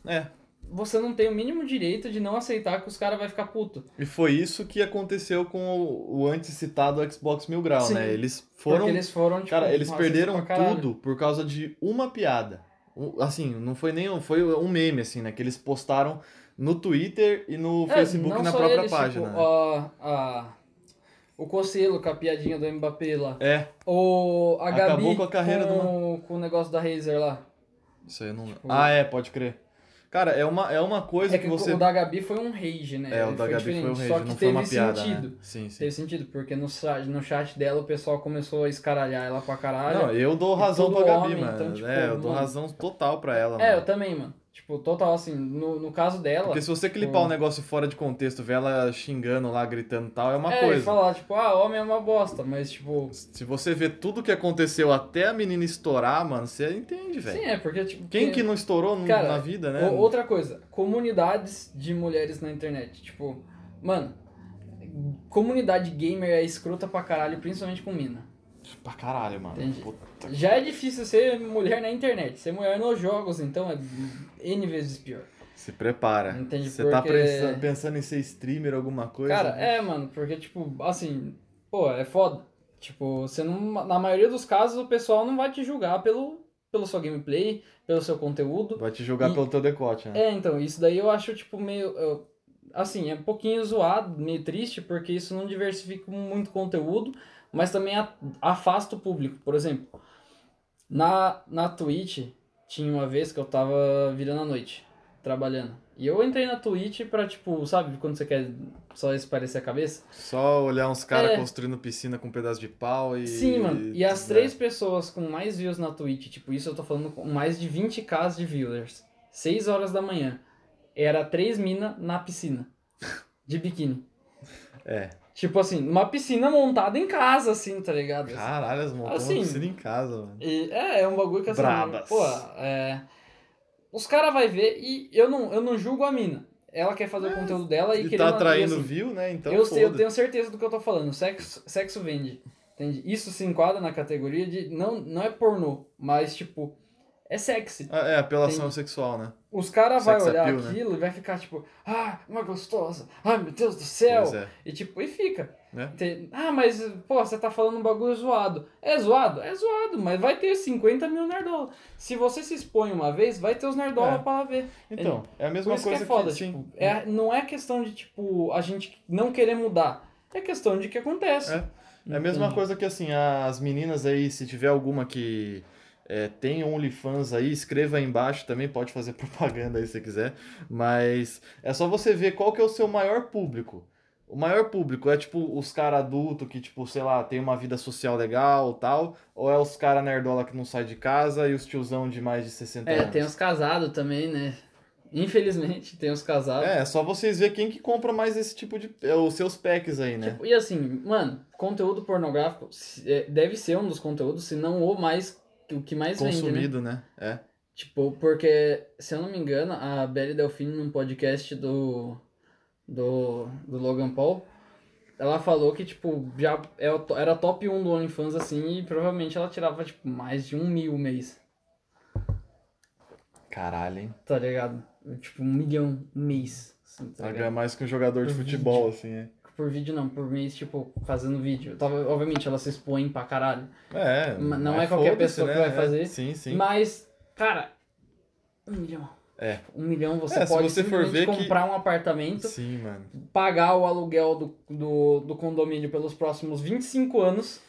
S2: É.
S1: você não tem o mínimo direito de não aceitar que os caras vão ficar puto.
S2: E foi isso que aconteceu com o, o antes citado Xbox Mil Grau,
S1: Sim.
S2: né? Eles
S1: porque
S2: foram
S1: eles foram, tipo,
S2: Cara, eles
S1: racistas
S2: perderam
S1: pra caralho.
S2: tudo por causa de uma piada. Um- Assim, não foi nem um, foi um meme, assim, né? Que eles postaram no Twitter e no
S1: É,
S2: Facebook
S1: não
S2: na
S1: só
S2: própria
S1: eles,
S2: página. né?
S1: Tipo, a- a- o Cocelo com a piadinha do Mbappé lá.
S2: É,
S1: O a Gabi
S2: Acabou com a carreira
S1: com, com o negócio da Razer lá.
S2: isso aí eu não.
S1: Tipo-
S2: Ah, é, pode crer. Cara, é uma, é uma coisa
S1: É
S2: que,
S1: que
S2: você.
S1: o da Gabi foi um rage, né?
S2: É, o
S1: Ele
S2: da Gabi foi um
S1: diferente,
S2: rage,
S1: Só que
S2: não foi
S1: teve
S2: uma piada.
S1: sentido.
S2: Né? Sim, sim.
S1: Teve sentido, porque no, sa- no chat dela o pessoal começou a escaralhar ela pra caralho.
S2: Não, eu dou
S1: E
S2: razão
S1: todo
S2: pra Gabi,
S1: homem,
S2: mano.
S1: então, tipo,
S2: é, eu dou
S1: mano-
S2: razão total pra ela,
S1: é,
S2: mano.
S1: eu também, mano. Tipo, total assim, no, no caso dela.
S2: Porque se você clipar um negócio fora de contexto, ver ela xingando lá, gritando e tal, é uma
S1: é,
S2: coisa.
S1: e falar, tipo, ah, homem é uma bosta, mas tipo.
S2: Se você vê tudo que aconteceu até a menina estourar, mano, você entende, velho.
S1: Sim, é, porque, tipo.
S2: Quem
S1: tem-
S2: que não estourou no-
S1: Cara,
S2: na vida, né?
S1: O- Outra coisa, comunidades de mulheres na internet. Tipo, mano, comunidade gamer é escrota pra caralho, principalmente com mina.
S2: Pra caralho, mano.
S1: Entendi.
S2: Puta que-
S1: Já é difícil ser mulher na internet. Ser mulher nos jogos, então, é N vezes pior.
S2: Se prepara.
S1: Entendi,
S2: Você tá
S1: porque-
S2: pensa- pensando em ser streamer, alguma coisa?
S1: Cara, é, mano, porque, tipo, assim, pô, é foda. Tipo, você não. Na maioria dos casos, o pessoal não vai te julgar pelo, pelo seu gameplay, pelo seu conteúdo.
S2: Vai te jogar
S1: E-
S2: pelo teu decote, né?
S1: É, então, isso daí eu acho, tipo, meio. eu- assim, é um pouquinho zoado, meio triste, porque isso não diversifica muito conteúdo, mas também a- afasta o público. Por exemplo, na, na Twitch, tinha uma vez que eu tava virando a noite, trabalhando. E eu entrei na Twitch pra, tipo, sabe, quando você quer só espairecer a cabeça?
S2: Só olhar uns caras
S1: É.
S2: construindo piscina com um pedaço de pau e.
S1: Sim, mano. E as
S2: né?
S1: três pessoas com mais views na Twitch, tipo, isso eu tô falando com mais de 20k de viewers. 6 horas da manhã. Era três mina na piscina. De biquíni.
S2: É.
S1: Tipo assim, uma piscina montada em casa, assim, tá ligado?
S2: Caralho, as montaram
S1: Assim-
S2: uma piscina em casa, mano.
S1: E, é, é um bagulho que assim.
S2: Brabas.
S1: Pô, é. Os caras vai ver e eu não, eu não julgo a mina. Ela quer fazer o conteúdo dela e,
S2: E
S1: querendo
S2: É, tá atraindo
S1: assim,
S2: view, né? Então.
S1: eu, sei, eu
S2: foda.
S1: tenho certeza do que eu tô falando. Sexo, sexo vende. Entende? Isso se enquadra na categoria de. Não, não é pornô, mas tipo. É sexy.
S2: Ah, É, apelação
S1: Entendi.
S2: sexual, né?
S1: Os caras vão
S2: Sex
S1: olhar
S2: appeal, né?
S1: aquilo e vai ficar tipo, ah, uma gostosa, ai meu Deus do céu.
S2: Pois é.
S1: E tipo, e fica.
S2: Né?
S1: Tem- Ah, mas, pô, você tá falando um bagulho zoado. É zoado? É zoado, mas vai ter 50 mil nerdola. Se você se expõe uma vez, vai ter os nerdola
S2: É.
S1: pra lá ver.
S2: Então, é a
S1: Por
S2: mesma
S1: isso que
S2: coisa
S1: é foda,
S2: sim.
S1: tipo, é- não é questão de, tipo, a gente não querer mudar. É questão de que acontece.
S2: É. É a mesma
S1: Uhum.
S2: coisa que assim, as meninas aí, se tiver alguma que é, tem OnlyFans aí, escreva aí embaixo também, pode fazer <laughs> propaganda aí se quiser. Mas é só você ver qual que é o seu maior público. O maior público é tipo os cara adulto que, tipo, sei lá, tem uma vida social legal tal, ou é os cara nerdola que não sai de casa e os tiozão de mais de 60
S1: É,
S2: anos.
S1: tem os casados também, né? Infelizmente, tem os casados.
S2: É, é só vocês ver quem que compra mais esse tipo de. é, os seus packs aí, né?
S1: Tipo, e assim, mano, conteúdo pornográfico se- é, deve ser um dos conteúdos, se não o mais o que mais vende, né?
S2: Consumido, né? É.
S1: Tipo, porque, se eu não me engano, a Belle Delfine, num podcast do, do, do Logan Paul, ela falou que, tipo, já é o to- era top 1 do OnlyFans, assim, e provavelmente ela tirava, tipo, mais de um mil mês,
S2: Caralho, hein?
S1: tá ligado? Tipo, um milhão mês, assim, tá
S2: Ela
S1: ligado?
S2: ganha mais que um jogador de
S1: Por
S2: futebol, assim, é.
S1: Por vídeo não, por mês, tipo, fazendo vídeo. Tava, obviamente, ela se expõe pra caralho.
S2: É,
S1: Mas não
S2: mas
S1: é qualquer
S2: foda-se,
S1: pessoa que vai
S2: É,
S1: fazer.
S2: Sim, sim.
S1: Mas, cara, um milhão.
S2: É.
S1: Tipo, Um milhão você
S2: É, se
S1: pode
S2: você for
S1: simplesmente
S2: ver que-
S1: comprar um apartamento,
S2: Sim, mano.
S1: pagar o aluguel do, do, do condomínio pelos próximos 25 anos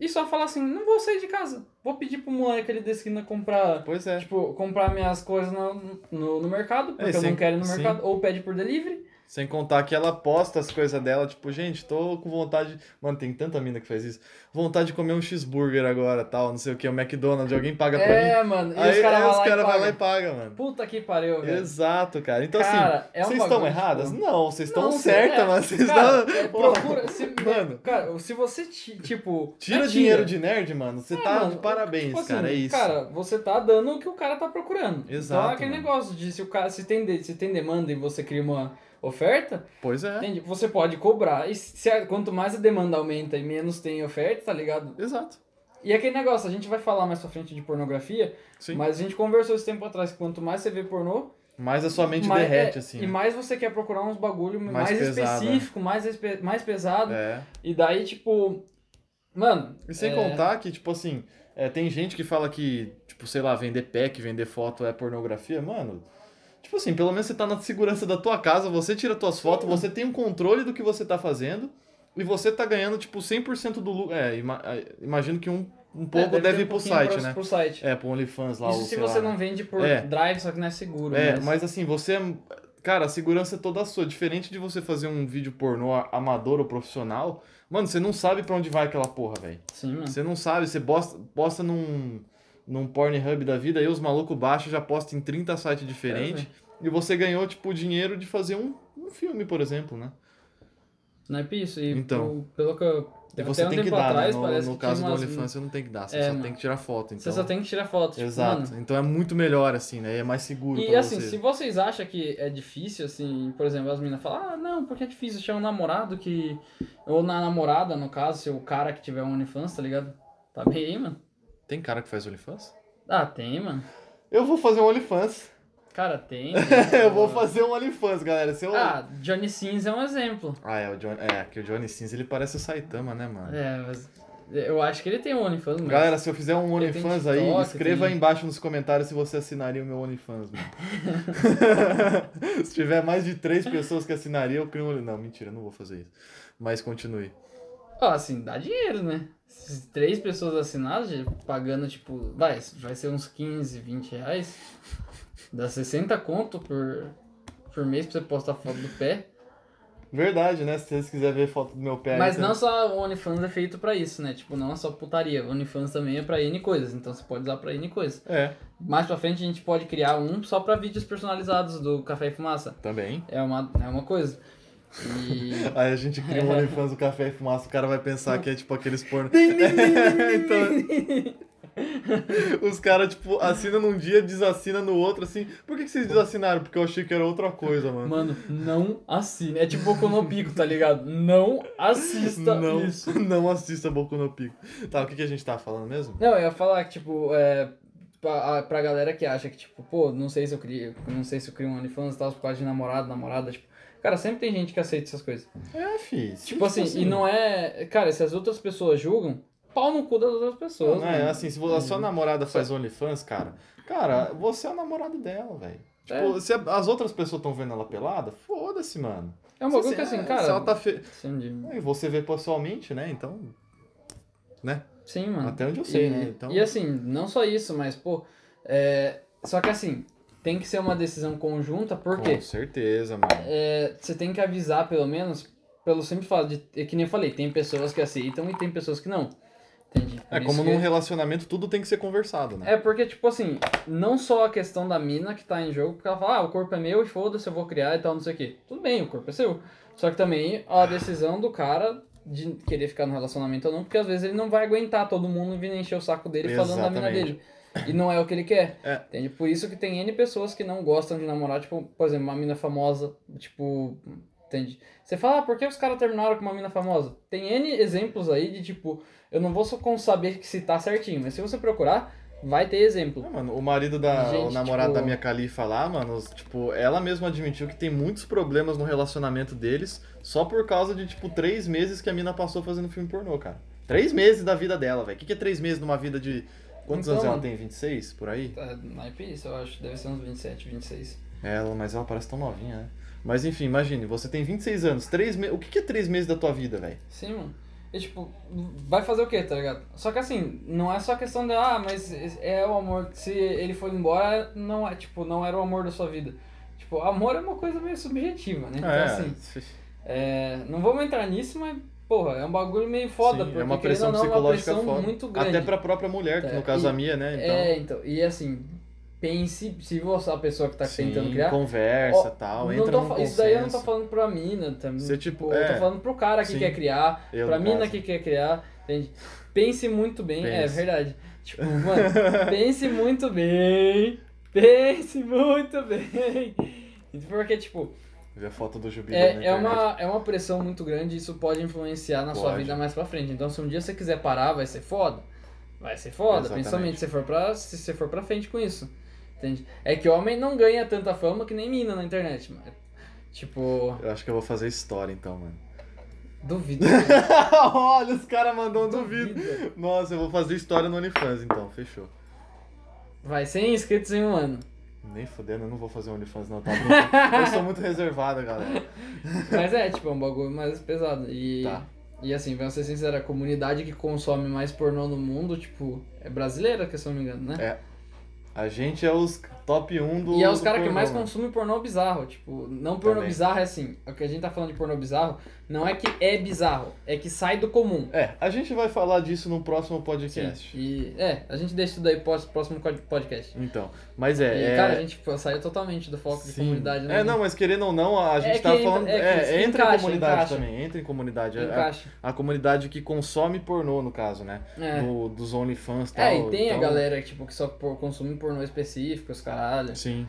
S1: e só falar assim, não vou sair de casa. Vou pedir pro moleque ali da esquina comprar,
S2: Pois é.
S1: tipo, comprar minhas coisas no, no, no mercado, porque eu
S2: sem-
S1: não quero ir no
S2: É, sim.
S1: mercado, ou pede por delivery.
S2: Sem contar que ela posta as coisas dela, tipo, gente, tô com vontade. Mano, tem tanta mina que faz isso. Vontade de comer um cheeseburger agora, tal, não sei o que, um McDonald's, alguém paga pra mim.
S1: É, mano. E
S2: Aí
S1: os caras
S2: aí
S1: vão
S2: os
S1: lá,
S2: caras
S1: cara
S2: vão
S1: lá
S2: lá e paga, mano.
S1: Puta que pariu, velho.
S2: Exato, cara. Então, assim,
S1: Cara, é um
S2: vocês
S1: bagulho,
S2: estão
S1: tipo,
S2: erradas? Não, vocês estão
S1: não,
S2: certas,
S1: é,
S2: mas vocês
S1: cara,
S2: estão.
S1: é, procura, se,
S2: Mano.
S1: cara, se você, ti- tipo...
S2: Tira
S1: atira.
S2: dinheiro de nerd, mano. Você
S1: É,
S2: tá
S1: mano,
S2: de parabéns,
S1: tipo assim,
S2: cara. É isso.
S1: Cara, você tá dando o que o cara tá procurando. Então é
S2: Exato,
S1: aquele
S2: mano.
S1: negócio de se, o cara, se, tem, de- se tem demanda e você cria uma oferta,
S2: Pois é.
S1: entende? Você pode cobrar. E se a- quanto mais a demanda aumenta e menos tem oferta, tá ligado?
S2: Exato.
S1: E aquele negócio, a gente vai falar mais pra frente de pornografia,
S2: Sim.
S1: mas a gente conversou esse tempo atrás que quanto mais você vê pornô,
S2: Mas a sua mente
S1: mais-
S2: derrete,
S1: é,
S2: assim.
S1: E
S2: né?
S1: mais você quer procurar uns bagulho mais,
S2: Mais pesado,
S1: específico, mais, espe- mais pesado.
S2: É.
S1: E daí, tipo. Mano.
S2: E sem
S1: é,
S2: contar que, tipo assim, é, tem gente que fala que, tipo, sei lá, vender pack, vender foto é pornografia, mano. Tipo assim, pelo menos você tá na segurança da tua casa, você tira tuas fotos, você tem um controle do que você tá fazendo e você tá ganhando, tipo, 100% do lucro. É, ima- é, imagino que um, um pouco
S1: ter
S2: deve,
S1: um
S2: ir pro
S1: pouquinho
S2: site,
S1: pra-
S2: né?
S1: Pro site.
S2: É, pro OnlyFans lá. ou
S1: Isso se
S2: sei
S1: você
S2: lá,
S1: não vende por
S2: É.
S1: drive, só que não é seguro.
S2: É, mas assim, você. Cara, a segurança é toda sua. Diferente de você fazer um vídeo pornô a- amador ou profissional, mano, você não sabe pra onde vai aquela porra, velho.
S1: Sim, mano.
S2: Você não sabe, você posta, posta num, num Pornhub da vida, aí os malucos baixam, já postam em 30 sites
S1: É,
S2: diferentes. e você ganhou, tipo, o dinheiro de fazer um, um filme, por exemplo, né?
S1: Não é isso. E
S2: Então.
S1: pro- pelo que eu.
S2: E
S1: até
S2: você
S1: um
S2: tem que
S1: tempo
S2: dar,
S1: atrás,
S2: né?
S1: parece
S2: No, no
S1: que
S2: caso
S1: tinha
S2: do
S1: umas-
S2: OnlyFans, você não tem que dar, você
S1: É,
S2: só
S1: mano.
S2: tem que tirar foto, então.
S1: Você só tem que tirar foto. tipo,
S2: Exato.
S1: mano.
S2: Então é muito melhor, assim, né? É mais seguro
S1: E
S2: pra
S1: assim,
S2: você.
S1: se vocês acham que é difícil, assim, por exemplo, as meninas falam, ah, não, porque é difícil achar um namorado que. Ou na namorada, no caso, se o cara que tiver um OnlyFans, tá ligado? Tá bem aí, mano.
S2: Tem cara que faz OnlyFans?
S1: Ah, tem, mano.
S2: Eu vou fazer um OnlyFans.
S1: Cara,
S2: <laughs>
S1: tem.
S2: eu vou fazer um OnlyFans, galera. Se eu...
S1: Ah, Johnny Sins é um exemplo.
S2: Ah, é, o Johnny... É, que o Johnny Sins, ele parece o Saitama, né, mano?
S1: É, mas. Eu acho que ele tem um OnlyFans, mas.
S2: Galera, se eu fizer um
S1: Ele tem
S2: OnlyFans aí,
S1: TikTok,
S2: escreva
S1: tem-
S2: aí embaixo nos comentários se você assinaria o meu OnlyFans, mano.
S1: <laughs>
S2: <laughs> se tiver mais de três pessoas que assinaria, eu crio um... Não, mentira, eu não vou fazer isso. Mas continue.
S1: Ó, assim, dá dinheiro, né? Se três pessoas assinadas, já pagando, tipo, vai, vai ser uns 15, 20 reais. Dá 60 conto por, por mês pra você postar foto do pé.
S2: Verdade, né? Se vocês quiserem ver foto do meu pé... aí,
S1: Mas
S2: tá-
S1: não só o OnlyFans é feito pra isso, né? Tipo, não é só putaria. O OnlyFans também é pra N coisas, então você pode usar pra N coisas.
S2: É,
S1: Mais pra frente a gente pode criar um só pra vídeos personalizados do Café e Fumaça.
S2: também.
S1: É uma, é uma coisa. E.
S2: Aí a
S1: <laughs>
S2: gente cria um OnlyFans do Café e Fumaça, o cara vai pensar que é tipo aqueles porno...
S1: <laughs>
S2: <laughs> então... Os caras, tipo, assinam num dia, desassina no outro, assim. Por que, que vocês desassinaram? Porque eu achei que era outra coisa, mano.
S1: Mano, não assina. É tipo Boku no Pico, tá ligado? Não assista
S2: <laughs> não,
S1: isso.
S2: não assista Boku no Pico. Tá, o que, que a gente tá falando mesmo?
S1: Não, eu ia falar que, tipo, é, pra, pra galera que acha que, tipo, pô, não sei se eu crio, não sei se eu crio um OnlyFans e tal, por causa de namorado, namorada, tipo. Cara, sempre tem gente que aceita essas coisas.
S2: É, fiz.
S1: Tipo assim, e não é. Cara, se as outras pessoas julgam, pau no cu das outras pessoas.
S2: Não, é
S1: mano.
S2: assim, se vo- a sua
S1: Uhum.
S2: namorada faz OnlyFans, cara, cara, você é o namorado dela, velho.
S1: É.
S2: Tipo, se a- as outras pessoas estão vendo ela pelada, foda-se, mano.
S1: É um
S2: Se
S1: bagulho
S2: você-
S1: que assim,
S2: é,
S1: cara.
S2: Se ela tá fe...
S1: Entendi.
S2: E você vê pessoalmente, né? Então,
S1: Sim, mano.
S2: até onde eu sei,
S1: Hum. e,
S2: né? Então,
S1: e assim, não só isso, mas, pô. É... Só que assim, tem que ser uma decisão conjunta,
S2: com
S1: porque
S2: certeza, mano.
S1: é, você tem que avisar, pelo menos, pelo sempre falar, de, é que nem eu falei, tem pessoas que aceitam e tem pessoas que não. Entendi.
S2: É como num relacionamento, tudo tem que ser conversado, né?
S1: É porque, tipo assim, não só a questão da mina que tá em jogo, que ela fala, ah, o corpo é meu e foda-se, eu vou criar e tal, não sei o quê. Tudo bem, o corpo é seu. Só que também a decisão do cara de querer ficar no relacionamento ou não, porque às vezes ele não vai aguentar todo mundo vindo encher o saco dele falando da mina
S2: Exatamente.
S1: dele. E não é o que ele quer.
S2: É.
S1: Entende? Por isso que tem N pessoas que não gostam de namorar, tipo, por exemplo, uma mina famosa, tipo. Entende? Você fala, ah, por que os caras terminaram com uma mina famosa? Tem N exemplos aí de tipo, eu não vou só com saber que citar certinho, mas se você procurar, vai ter exemplo.
S2: É, mano, o marido da.
S1: Gente,
S2: o namorado
S1: tipo-
S2: da minha califa lá, mano, os- tipo, ela mesma admitiu que tem muitos problemas no relacionamento deles só por causa de, tipo, três meses que a mina passou fazendo filme pornô, cara. Três meses da vida dela, velho. O que, que é três meses numa vida de. Quantos
S1: Então,
S2: anos ela
S1: mano.
S2: tem? 26 por aí?
S1: É, naipe isso, eu acho. Deve ser uns 27, 26.
S2: É, Ela, mas ela parece tão novinha, né? Mas enfim, imagine, você tem 26 anos, três me... o que, que é três meses da tua vida, velho?
S1: Sim, mano. E tipo, vai fazer o quê, tá ligado? Só que assim, não é só questão de, ah, mas é o amor. que Se ele for embora, não é, tipo, não era o amor da sua vida. Tipo, amor é uma coisa meio subjetiva, né? Então,
S2: É,
S1: assim, é, não vamos entrar nisso, mas, porra, é um bagulho meio foda,
S2: Sim,
S1: porque
S2: é uma
S1: querendo
S2: pressão
S1: ou não, é uma
S2: psicológica
S1: pressão
S2: foda.
S1: muito grande.
S2: Até pra própria mulher, que
S1: É,
S2: no caso
S1: e-
S2: a minha, né? Então,
S1: É, então, e assim, pense, se você, a pessoa que tá
S2: sim,
S1: tentando criar,
S2: conversa
S1: Ó,
S2: tal,
S1: não
S2: entra
S1: tô
S2: num
S1: fa- Isso daí eu não tô
S2: consenso.
S1: falando pra mina também.
S2: Você, tipo,
S1: Pô, Eu
S2: é.
S1: tô falando pro cara que
S2: Sim.
S1: quer criar,
S2: Eu,
S1: pra
S2: no
S1: mina
S2: caso.
S1: que quer criar, entende? Pense muito bem, é
S2: Pense.
S1: verdade.
S2: <laughs>
S1: Tipo, mano, pense muito bem. Pense muito bem. <laughs> Porque, tipo,
S2: Ver a foto do Jubileu na
S1: é, é,
S2: internet.
S1: uma, é uma pressão muito grande e isso pode influenciar na sua
S2: Pode.
S1: vida mais pra frente. Então, se um dia você quiser parar, vai ser foda. Vai ser foda,
S2: Exatamente.
S1: principalmente se for, pra, se você for pra frente com isso. Entende? É que homem não ganha tanta fama que nem mina na internet. Mas, tipo,
S2: Eu acho que eu vou fazer história então, mano.
S1: <laughs>
S2: <laughs>
S1: duvido.
S2: Olha, os caras mandam duvido.
S1: duvido.
S2: Nossa, eu vou fazer história no OnlyFans então, fechou.
S1: Vai 100 inscritos em um ano.
S2: Nem fudendo, eu não vou fazer OnlyFans não, tá?
S1: <laughs>
S2: bom? eu sou muito reservado, galera.
S1: Mas é, tipo, é um bagulho mais pesado. E,
S2: Tá.
S1: e assim, vamos ser sinceros, a comunidade que consome mais pornô no mundo, tipo, é brasileira, que se eu não me engano, né?
S2: É. A gente é os top 1 do
S1: E é os
S2: do
S1: caras que
S2: pornô,
S1: mais
S2: mano.
S1: consumem pornô bizarro. Tipo, não pornô
S2: Também.
S1: bizarro é assim. O que a gente tá falando de pornô bizarro não é que é bizarro, é que sai do comum.
S2: É, a gente vai falar disso no próximo podcast.
S1: E é, a gente deixa isso daí pro próximo co- podcast.
S2: Então, mas
S1: E,
S2: é. é...
S1: cara, a gente pô, saiu totalmente do foco de
S2: Sim.
S1: comunidade, né?
S2: É, não, mas querendo ou não, a gente
S1: que
S2: tá
S1: entra-
S2: falando.
S1: é que
S2: É,
S1: se
S2: entra
S1: encaixa,
S2: em comunidade
S1: encaixa.
S2: também, entra em comunidade. é A- a-
S1: Encaixa.
S2: a comunidade que consome pornô, no caso, né?
S1: É.
S2: do- dos OnlyFans e tal.
S1: É, e tem a
S2: então-
S1: galera tipo, que só por- consome pornô específico, os caralho.
S2: Sim.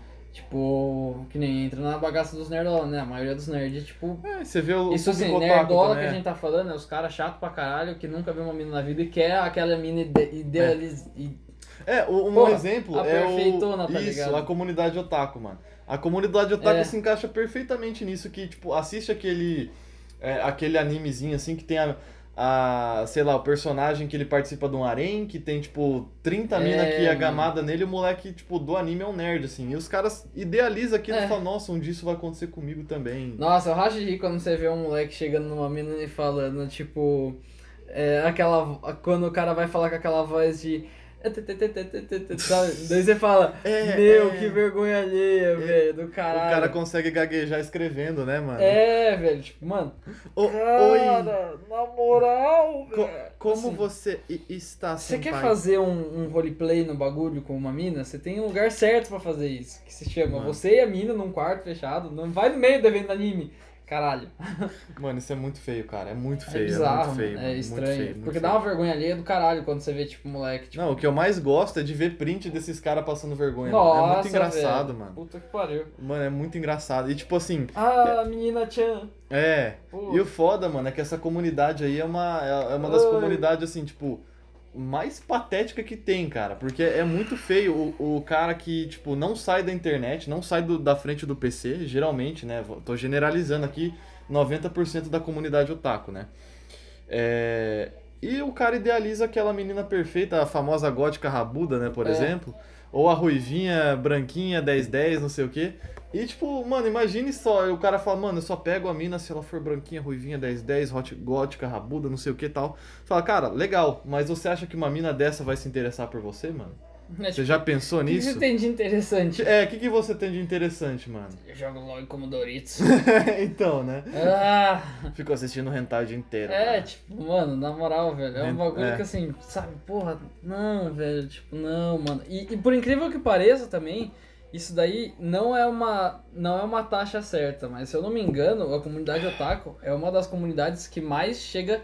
S1: Tipo, que nem entra na bagaça dos nerdola, né? A maioria dos nerds, tipo.
S2: É, você vê o
S1: Isso assim,
S2: público otaku
S1: nerdola que
S2: também,
S1: a
S2: é.
S1: gente tá falando é os caras chato pra caralho que nunca viu uma mina na vida e quer aquela mina ide- idealiz... i-
S2: É, o- um
S1: Porra,
S2: exemplo
S1: a
S2: é
S1: perfeitona,
S2: o...
S1: tá
S2: Isso,
S1: ligado?
S2: a comunidade otaku, mano. A comunidade otaku
S1: É.
S2: se encaixa perfeitamente nisso, que, tipo, assiste aquele, é, aquele animezinho, assim, que tem a, a, sei lá, o personagem que ele participa de um harém, que tem, tipo, 30 mina
S1: É,
S2: que é
S1: mano.
S2: gamada nele, e o moleque, tipo, do anime é um nerd, assim. E os caras idealizam aquilo
S1: É.
S2: e falam, nossa, um dia isso vai acontecer comigo também.
S1: Nossa, eu racho de rir quando você vê um moleque chegando numa mina e falando, tipo. é, aquela. Quando o cara vai falar com aquela voz de. Sabe? Daí você fala,
S2: É,
S1: meu,
S2: é.
S1: que vergonha alheia, velho, do caralho.
S2: O cara consegue gaguejar escrevendo, né, mano?
S1: É, velho, tipo, mano.
S2: Ô, oi!
S1: Cara, na moral,
S2: Co-
S1: velho.
S2: como
S1: Assim,
S2: você i- está,
S1: Você quer
S2: senpai?
S1: fazer um, um roleplay no bagulho com uma mina? Você tem um lugar certo pra fazer isso. Que se chama
S2: Mano.
S1: você e a mina num quarto fechado. Não vai no meio do evento do anime. Caralho.
S2: Mano, isso é muito feio, cara. É muito
S1: É
S2: feio, é,
S1: bizarro,
S2: muito
S1: mano.
S2: feio. mano,
S1: é
S2: muito
S1: estranho.
S2: feio, muito
S1: porque
S2: feio.
S1: dá uma vergonha alheia do caralho quando você vê, tipo, moleque. Tipo,
S2: Não, o que eu mais gosto é de ver print desses caras passando vergonha. mano. É
S1: nossa,
S2: muito engraçado,
S1: velho.
S2: mano.
S1: Puta que pariu.
S2: Mano, é muito engraçado. E tipo assim,
S1: Ah, menina Chan.
S2: é.
S1: Pô,
S2: E o foda, mano, é que essa comunidade aí é uma, é é uma das
S1: Ai.
S2: comunidades, assim, tipo, mais patética que tem, cara. Porque é muito feio o, o cara que, tipo, não sai da internet, não sai do- da frente do PC, geralmente, né? vou- Tô generalizando aqui 90% da comunidade otaku, né? É, E o cara idealiza aquela menina perfeita, a famosa gótica rabuda, né, por
S1: É.
S2: exemplo. Ou a ruivinha, branquinha, 10-10, não sei o quê. E tipo, mano, imagine só, o cara fala, mano, eu só pego a mina se ela for branquinha, ruivinha, 10-10, hot, gótica, rabuda, não sei o que e tal. Fala, cara, legal, mas você acha que uma mina dessa vai se interessar por você, mano?
S1: É, tipo,
S2: Você já pensou
S1: o que você
S2: nisso?
S1: tem de interessante?
S2: É, o que, que você tem de interessante, mano? <laughs>
S1: Eu jogo LOL como Doritos.
S2: então, né?
S1: <laughs> ah,
S2: Ficou assistindo o hentai o dia inteiro.
S1: é,
S2: cara.
S1: tipo, mano, na moral, velho. É um bagulho
S2: É.
S1: que assim, sabe, porra, não, velho. Tipo, não, mano. E, e por incrível que pareça também, isso daí não é uma não é uma taxa certa, mas se eu não me engano, a comunidade otaku é uma das comunidades que mais chega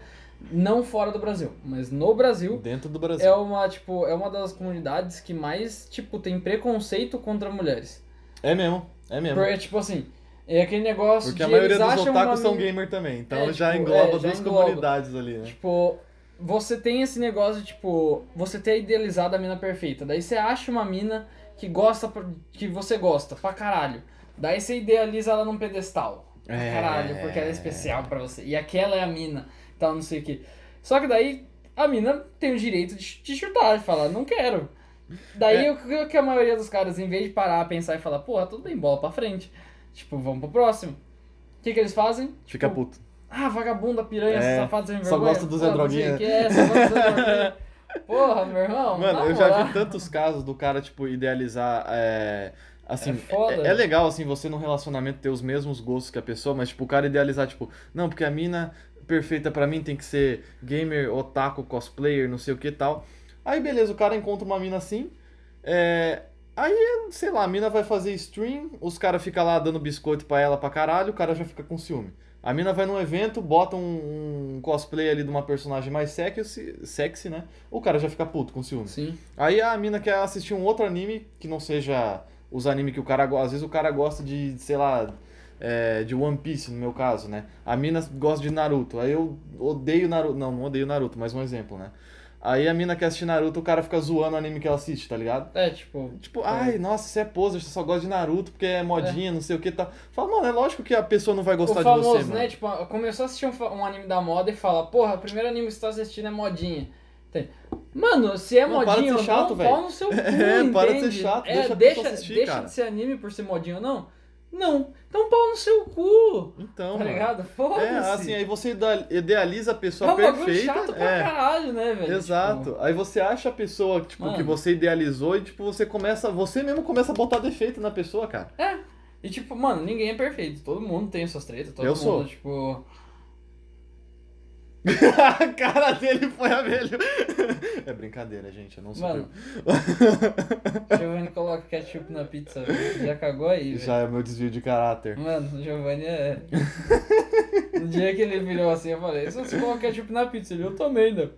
S1: não fora do Brasil, mas no Brasil
S2: Dentro do Brasil.
S1: é uma, tipo, é uma das comunidades que mais, tipo, tem preconceito contra mulheres.
S2: É mesmo, é mesmo.
S1: Porque, tipo assim, é aquele negócio de
S2: Porque a maioria
S1: eles
S2: dos
S1: acham uma
S2: otakus são
S1: meni-
S2: gamer também, então
S1: É,
S2: já
S1: tipo,
S2: engloba
S1: é, já
S2: duas
S1: engloba.
S2: comunidades ali, né?
S1: Tipo, você tem esse negócio, tipo, você ter idealizado a mina perfeita. Daí você acha uma mina que gosta, pra- que você gosta, pra caralho. Daí você idealiza ela num pedestal. Pra
S2: É.
S1: caralho, porque ela é especial pra você. E aquela é a mina, tal, não sei o que. Só que daí a mina tem o direito de te chutar, de falar, não quero. Daí
S2: É.
S1: o que- o que a maioria dos caras, em vez de parar, pensar e falar, porra, tudo bem, bola pra frente. Tipo, vamos pro próximo. O que, que eles fazem?
S2: Fica puto.
S1: Ah, vagabunda, piranha,
S2: É,
S1: safado, sem
S2: só
S1: vergonha.
S2: gosto dos
S1: Pô, não
S2: androguinha.
S1: sei o Que é, só gosto dos androguinha. Porra, meu irmão.
S2: Mano,
S1: na
S2: eu já
S1: moral.
S2: vi tantos casos do cara, tipo, idealizar. É, assim,
S1: É foda.
S2: é, é legal, assim, você num relacionamento ter os mesmos gostos que a pessoa, mas, tipo, o cara idealizar, tipo, não, porque a mina perfeita pra mim tem que ser gamer, otaku, cosplayer, não sei o que e tal. Aí, beleza, o cara encontra uma mina assim. É. Aí, sei lá, a mina vai fazer stream, os caras ficam lá dando biscoito pra ela pra caralho, o cara já fica com ciúme. A mina vai num evento, bota um, um cosplay ali de uma personagem mais sexy, sexy, né? O cara já fica puto com ciúme.
S1: Sim.
S2: Aí a mina quer assistir um outro anime que não seja os animes que o cara gosta. Às vezes o cara gosta de, sei lá, é, de One Piece, no meu caso, né? A mina gosta de Naruto. Aí eu odeio Naruto. Não, não odeio Naruto, mas um exemplo, né? Aí a mina quer assistir Naruto, o cara fica zoando o anime que ela assiste, tá ligado?
S1: É, tipo,
S2: Tipo, ai, nossa, você é poser, você só gosta de Naruto porque é modinha, não sei o que e tal. Fala, mano, é lógico que a pessoa não vai gostar
S1: o famoso,
S2: de você,
S1: né?
S2: mano.
S1: Tipo, começou a assistir um, fa- um anime da moda e fala, porra, o primeiro anime que você tá assistindo é modinha. Entende? Mano, se é
S2: Mano, para de
S1: modinha
S2: ser
S1: ou
S2: chato,
S1: não,
S2: velho.
S1: pau no
S2: <laughs>
S1: seu cu,
S2: É, para de ser
S1: entende?
S2: chato,
S1: É,
S2: deixa a pessoa
S1: deixa,
S2: assistir,
S1: deixa
S2: cara.
S1: de ser anime por ser modinha ou não? Não. Então pau no seu cu,
S2: Então,
S1: tá
S2: mano.
S1: ligado? Foda-se.
S2: É, assim, aí você ida- idealiza a
S1: É
S2: pessoa
S1: um bagulho
S2: perfeita.
S1: chato pra
S2: é.
S1: caralho, né, velho?
S2: Exato. Aí você acha a pessoa, tipo,
S1: Mano.
S2: que você idealizou e, tipo, você começa. Você mesmo começa a botar defeito na
S1: <laughs>
S2: pessoa, cara.
S1: É. E tipo, mano, ninguém é perfeito. Todo mundo tem suas tretas, todo
S2: Eu
S1: mundo,
S2: sou.
S1: tipo.
S2: a cara dele foi a melhor. <laughs> é brincadeira, gente. Eu não sou.
S1: Mano.
S2: eu.
S1: Giovanni coloca ketchup na pizza, velho. Já cagou aí, velho.
S2: Já é meu desvio de
S1: <laughs>
S2: caráter.
S1: Mano, o Giovanni é. No dia que ele virou assim, eu falei, se você coloca ketchup na pizza, ele, eu também, né?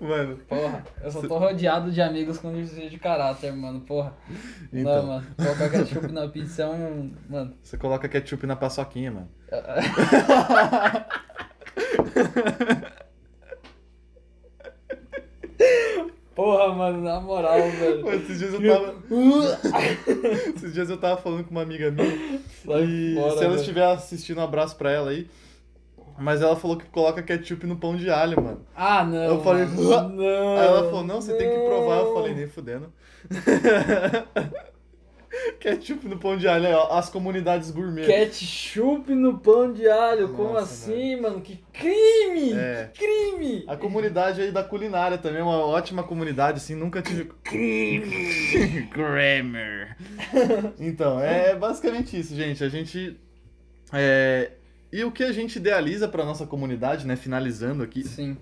S2: Mano,
S1: Porra, eu só tô rodeado de amigos com desvio de caráter, mano, porra. Não,
S2: Então.
S1: mano, colocar ketchup na pizza é um.
S2: <laughs>
S1: Mano.
S2: você coloca ketchup na paçoquinha, mano.
S1: Porra, mano, na moral, velho.
S2: Mano, Esses dias eu
S1: <laughs>
S2: tava. <laughs> Esses dias eu tava falando com uma amiga minha.
S1: Sai
S2: e
S1: Uh! fora,
S2: se ela
S1: velho.
S2: estiver assistindo, um abraço pra ela aí. Mas ela falou que coloca ketchup no pão de alho, mano.
S1: Ah, não.
S2: Eu falei,
S1: mano, não.
S2: Aí ela falou, não, você tem que provar. Eu
S1: não.
S2: falei, nem fudendo. <laughs> ketchup no pão de alho, é, ó, as comunidades gourmet.
S1: é Ketchup no pão de alho, como
S2: Nossa,
S1: assim, mano? Que crime!
S2: É.
S1: Que crime!
S2: A comunidade aí da culinária também é uma ótima comunidade, assim, nunca tive. Grammar. <laughs> Então, é basicamente isso, gente. A gente. é, E o que a gente idealiza pra nossa comunidade, né? Finalizando aqui,
S1: Sim.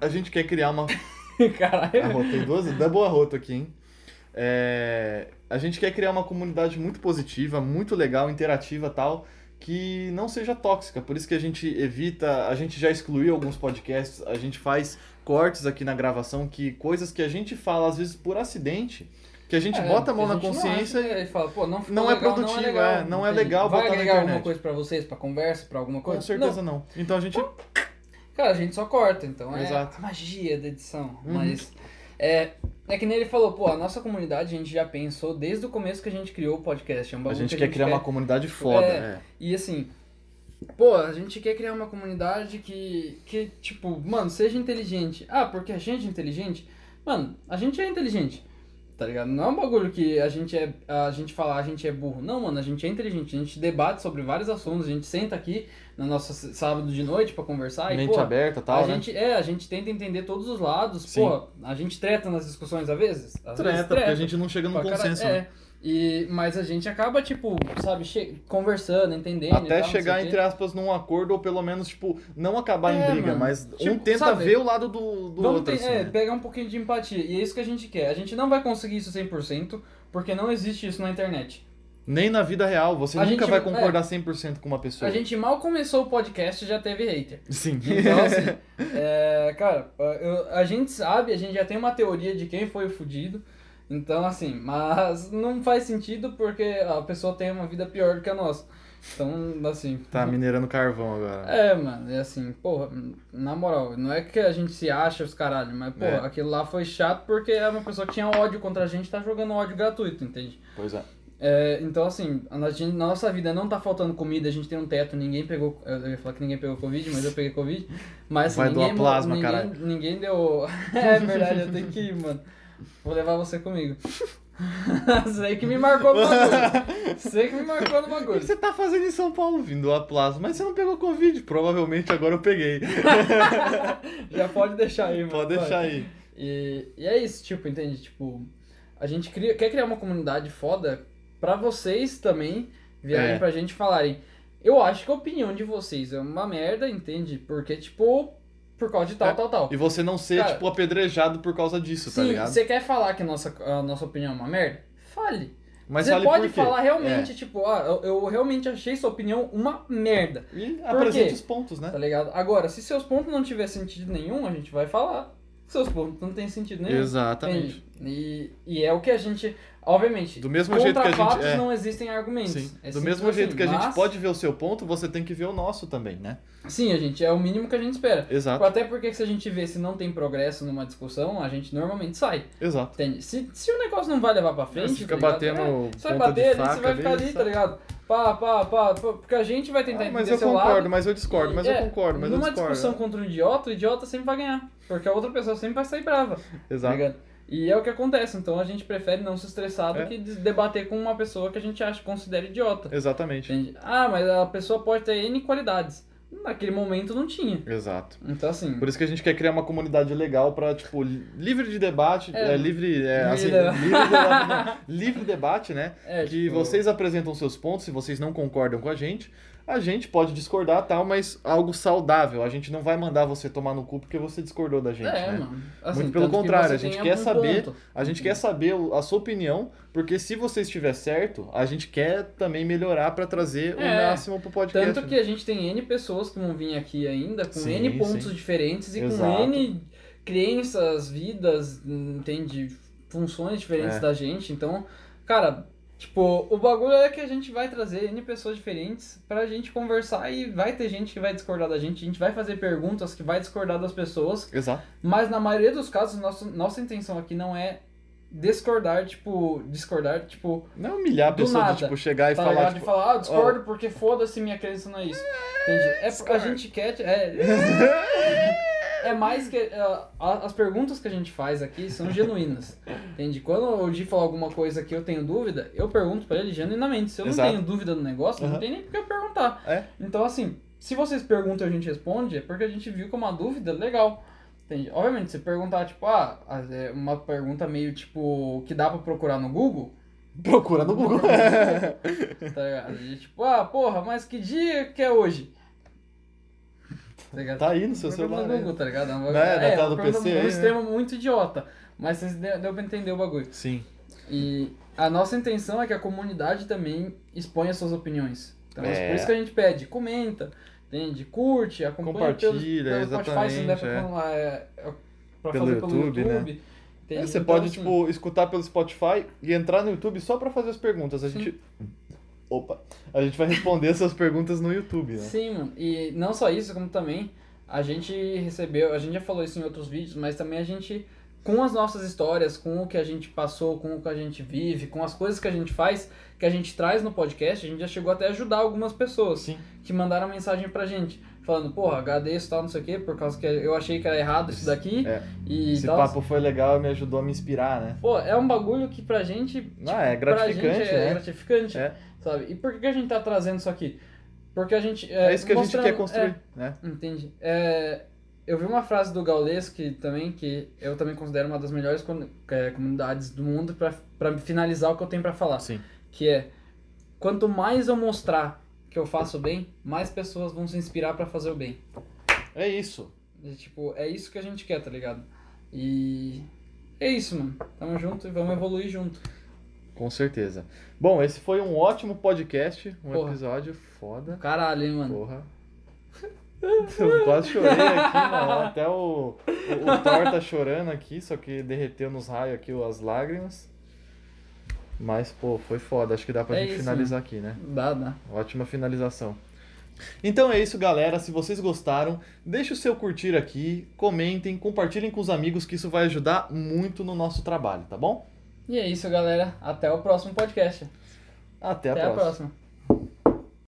S2: a gente quer criar uma
S1: <laughs> Caralho.
S2: Arrotei duas, double arroto aqui, hein? É, a gente quer criar uma comunidade muito positiva, muito legal, interativa tal, que não seja tóxica. Por isso que a gente evita, a gente já excluiu alguns podcasts, a gente faz cortes aqui na gravação, que coisas que a gente fala, às vezes, por acidente, que a gente
S1: É,
S2: bota a mão
S1: porque
S2: na
S1: gente não
S2: consciência.
S1: acha, né? e fala, pô, não, ficou
S2: não é
S1: legal,
S2: produtivo,
S1: não é legal,
S2: é, não é
S1: entende?
S2: legal
S1: Vai
S2: botar na
S1: agregar alguma
S2: internet.
S1: coisa pra vocês, pra conversa, pra alguma
S2: Com
S1: coisa?
S2: certeza não. Então a gente
S1: Cara, a gente só corta, então é
S2: Exato.
S1: a magia da edição.
S2: Uhum.
S1: Mas é, é que nem ele falou, pô, a nossa comunidade a gente já pensou desde o começo que a gente criou o podcast. É um
S2: A
S1: bagulho que
S2: gente quer criar uma comunidade foda,
S1: É.
S2: é.
S1: E assim, pô, a gente quer criar uma comunidade que, que, tipo, mano, seja inteligente. Ah, porque a gente é inteligente? Mano, a gente é inteligente. Tá ligado? Não é um bagulho que a gente é a gente falar, a gente é burro. Não, mano, a gente é inteligente, a gente debate sobre vários assuntos, a gente senta aqui no nosso s- sábado de noite pra conversar e
S2: Mente
S1: pô,
S2: aberta e tal,
S1: a
S2: né?
S1: gente é, a gente tenta entender todos os lados,
S2: Sim.
S1: pô, a gente treta nas discussões às vezes, às vezes
S2: Treta, porque a gente não chega num
S1: pra cara-
S2: consenso, né?
S1: é. E, mas a gente acaba, tipo, sabe, che- conversando, entendendo. e tal,
S2: Até
S1: não sei
S2: chegar,
S1: o quê.
S2: entre aspas, num acordo, ou pelo menos, tipo, não acabar
S1: É,
S2: em briga,
S1: mano.
S2: mas um
S1: Tipo,
S2: tenta
S1: sabe,
S2: ver o lado do, do
S1: Vamos
S2: outro,
S1: ter-
S2: assim,
S1: é,
S2: né?
S1: pegar um pouquinho de empatia. E é isso que a gente quer. A gente não vai conseguir isso 100%, porque não existe isso na internet.
S2: Nem na vida real, você
S1: A
S2: nunca
S1: gente- é.
S2: vai concordar 100% com uma pessoa.
S1: A gente mal começou o podcast e já teve
S2: <laughs>
S1: hater.
S2: Sim.
S1: Então, assim, é, cara, eu- a gente sabe, a gente já tem uma teoria de quem foi o fudido. Então, assim, mas não faz sentido porque a pessoa tem uma vida pior do que a nossa. Então, assim.
S2: <laughs> tá minerando carvão agora.
S1: É, mano, é assim, porra, na moral, não é que a gente se acha os caralho, mas, porra,
S2: É.
S1: aquilo lá foi chato porque é uma pessoa que tinha ódio contra a gente tá jogando ódio gratuito, entende?
S2: Pois é.
S1: É, então, assim, a na- gente- na nossa vida não tá faltando comida, a gente tem um teto, ninguém pegou. Eu ia falar que ninguém pegou Covid, mas eu peguei Covid. Mas assim,
S2: Vai doar
S1: ninguém, mo-
S2: plasma,
S1: ninguém,
S2: caralho.
S1: ninguém deu. <laughs> é verdade, eu tenho que ir, mano. Vou levar você comigo. <laughs> Sei que me marcou no bagulho. Sei que me marcou no
S2: O que
S1: bagulho.
S2: você tá fazendo em São Paulo? Vindo a plasma, mas você não pegou Covid. Provavelmente agora eu peguei.
S1: Já pode deixar aí, mano.
S2: Pode deixar aí.
S1: E, e é isso, tipo, entende? Tipo, a gente cria- quer criar uma comunidade foda pra vocês também vierem
S2: É.
S1: pra gente e falarem. Eu acho que a opinião de vocês é uma merda, entende? Porque, tipo, por causa de tal,
S2: É,
S1: tal, tal.
S2: E você não ser,
S1: Cara,
S2: tipo, apedrejado por causa disso, tá
S1: Sim,
S2: ligado?
S1: você quer falar que a nossa, a nossa opinião é uma merda? Fale.
S2: Mas
S1: você
S2: fale
S1: pode
S2: por quê. É.
S1: falar realmente, tipo, ah, eu, eu realmente achei sua opinião uma merda,
S2: É. E apresente
S1: quê?
S2: os pontos, né?
S1: tá ligado? Agora, se seus pontos não tiver sentido nenhum, a gente vai falar. Seus pontos não tem sentido nenhum.
S2: Exatamente.
S1: Entende? E, e é o que a gente. Obviamente,
S2: Do mesmo
S1: contra
S2: jeito que a gente-
S1: fatos
S2: é.
S1: não existem argumentos.
S2: Sim.
S1: É
S2: Do
S1: simples
S2: mesmo jeito
S1: assim,
S2: que a gente
S1: mas-
S2: pode ver o seu ponto, você tem que ver o nosso também, né?
S1: Sim, a gente, é o mínimo que a gente espera.
S2: Exato,
S1: Até porque se a gente vê se não tem progresso numa discussão, a gente normalmente sai.
S2: exato.
S1: Entende? Se, se o negócio não vai levar pra frente.
S2: É, Você fica
S1: tá ligado?
S2: batendo
S1: É,
S2: ponta
S1: você vai
S2: de
S1: bater ali,
S2: faca
S1: você vai ficar ali,
S2: sabe?
S1: tá ligado? Pá, pá, pá, pá, Porque a gente vai tentar
S2: Ah,
S1: entender
S2: mas eu
S1: seu
S2: concordo,
S1: lado.
S2: mas eu discordo, mas
S1: É,
S2: eu concordo, mas eu
S1: Numa
S2: discordo.
S1: discussão contra um idiota, o idiota sempre vai ganhar. Porque a outra pessoa sempre vai sair brava. tá
S2: Exato.
S1: ligado? E é o que acontece, então a gente prefere não se estressar do
S2: É.
S1: que des- debater com uma pessoa que a gente acha, considera idiota.
S2: Exatamente.
S1: Entende? Ah, mas a pessoa pode ter N qualidades. Naquele momento não tinha.
S2: Exato.
S1: Então assim.
S2: Por isso que a gente quer criar uma comunidade legal pra, tipo, li- livre de debate,
S1: É.
S2: é, livre, é,
S1: Livre
S2: assim,
S1: de-
S2: <laughs> livre, de debate, não, livre debate, né?
S1: É,
S2: que
S1: tipo,
S2: vocês apresentam seus pontos, se vocês não concordam com a gente, a gente pode discordar tal, mas algo saudável. A gente não vai mandar você tomar no cu porque você discordou da gente,
S1: É,
S2: né?
S1: mano.
S2: Muito
S1: tanto
S2: pelo
S1: que
S2: contrário,
S1: você
S2: a gente
S1: tem
S2: quer
S1: algum
S2: saber-
S1: ponto.
S2: A gente quer saber o- a sua opinião, porque se você estiver certo, a gente quer também melhorar pra trazer o
S1: É.
S2: máximo pro podcast.
S1: Tanto
S2: né?
S1: que a gente tem N pessoas que vão vir aqui ainda, com
S2: Sim,
S1: N pontos diferentes e
S2: Exato.
S1: com N crenças, vidas, entende? Funções diferentes
S2: É.
S1: da gente. Então, cara, tipo, o bagulho é que a gente vai trazer N pessoas diferentes pra gente conversar e vai ter gente que vai discordar da gente, a gente vai fazer perguntas que vai discordar das pessoas,
S2: Exato.
S1: mas na maioria dos casos, nossa, nossa intenção aqui não é discordar, tipo, discordar, tipo,
S2: Não é humilhar a
S1: Do
S2: pessoa
S1: nada,
S2: de tipo, chegar e
S1: tá
S2: falar,
S1: ligado?
S2: tipo,
S1: de
S2: <laughs>
S1: falar, ah, eu discordo porque foda-se minha crença não é isso. Entendi. É, porque a gente quer. É, é mais que. ah, a- as perguntas que a gente faz aqui são genuínas. Entende? Quando o Di fala alguma coisa que eu tenho dúvida, eu pergunto pra ele genuinamente. Se eu não
S2: Exato.
S1: tenho dúvida do negócio, não
S2: Aham.
S1: tem nem porque eu perguntar.
S2: É.
S1: Então, assim, se vocês perguntam e a gente responde, é porque a gente viu que é uma dúvida legal. Entende? Obviamente, se perguntar, tipo, ah, é uma pergunta meio tipo que dá pra procurar no Google
S2: procura
S1: <laughs>
S2: no Google.
S1: tá ligado? E, tipo, ah, porra, mas que dia que é hoje? Tá ligado?
S2: tá aí no seu
S1: Uma pergunta
S2: celular.
S1: do
S2: né?
S1: Google, tá ligado? É uma-
S2: Né? Na
S1: é,
S2: tela
S1: uma
S2: do
S1: pergunta-
S2: PC
S1: um
S2: aí, né?
S1: sistema muito idiota. Mas vocês deu, deu pra entender o bagulho.
S2: Sim.
S1: E a nossa intenção é que a comunidade também exponha suas opiniões. Então,
S2: É.
S1: por isso que a gente pede, comenta, entende? Curte, acompanha pelo-
S2: Compartilha,
S1: pelo Spotify, se não der pra,
S2: exatamente,
S1: falar, é, é, pra
S2: Pelo
S1: fazer pelo
S2: YouTube, né?
S1: YouTube.
S2: É,
S1: entende?
S2: você
S1: Então,
S2: pode,
S1: assim,
S2: tipo, escutar pelo Spotify e entrar no YouTube só pra fazer as perguntas. A
S1: Sim.
S2: gente. <laughs> Opa! A gente vai responder essas perguntas no YouTube, né?
S1: Sim, mano. E não só isso, como também a gente recebeu, a gente já falou isso em outros vídeos, mas também a gente, com as nossas histórias, com o que a gente passou, com o que a gente vive, com as coisas que a gente faz, que a gente traz no podcast, a gente já chegou até a ajudar algumas pessoas
S2: Sim.
S1: que mandaram mensagem pra gente, falando, porra, agradeço tal, não sei o quê, por causa que eu achei que era errado isso daqui
S2: É.
S1: e
S2: Esse
S1: tal.
S2: papo foi legal e me ajudou a me inspirar, né?
S1: Pô, é um bagulho que pra gente
S2: Ah, é
S1: Tipo, pra
S2: gratificante,
S1: gente é
S2: né?
S1: gratificante,
S2: É.
S1: sabe? E por que a gente tá trazendo isso aqui? Porque a gente...
S2: É isso que a gente
S1: mostrando-
S2: quer construir, né?
S1: é, entendi. É, eu vi uma frase do Gaules que também, que eu também considero uma das melhores com- é, comunidades do mundo pra, pra finalizar o que eu tenho pra falar.
S2: Sim.
S1: Que é, quanto mais eu mostrar que eu faço bem, mais pessoas vão se inspirar pra fazer o bem.
S2: É isso.
S1: E, tipo, é isso que a gente quer, tá ligado? E... É isso, mano. Tamo junto e vamos evoluir junto.
S2: Com certeza. Bom, esse foi um ótimo podcast, um
S1: Porra.
S2: episódio foda.
S1: Caralho, hein, mano.
S2: Porra. <laughs> Eu quase chorei aqui, mano. Até o, o, o Thor tá chorando aqui, só que derreteu nos raios aqui as lágrimas. Mas, pô, foi foda. Acho que dá pra
S1: É
S2: gente
S1: isso,
S2: finalizar aqui, né?
S1: Dá, dá.
S2: Ótima finalização. Então é isso, galera. Se vocês gostaram, deixe o seu curtir aqui, comentem, compartilhem com os amigos, que isso vai ajudar muito no nosso trabalho, tá bom?
S1: E é isso, galera. Até o próximo podcast.
S2: Até a
S1: Até
S2: próxima.
S1: a próxima.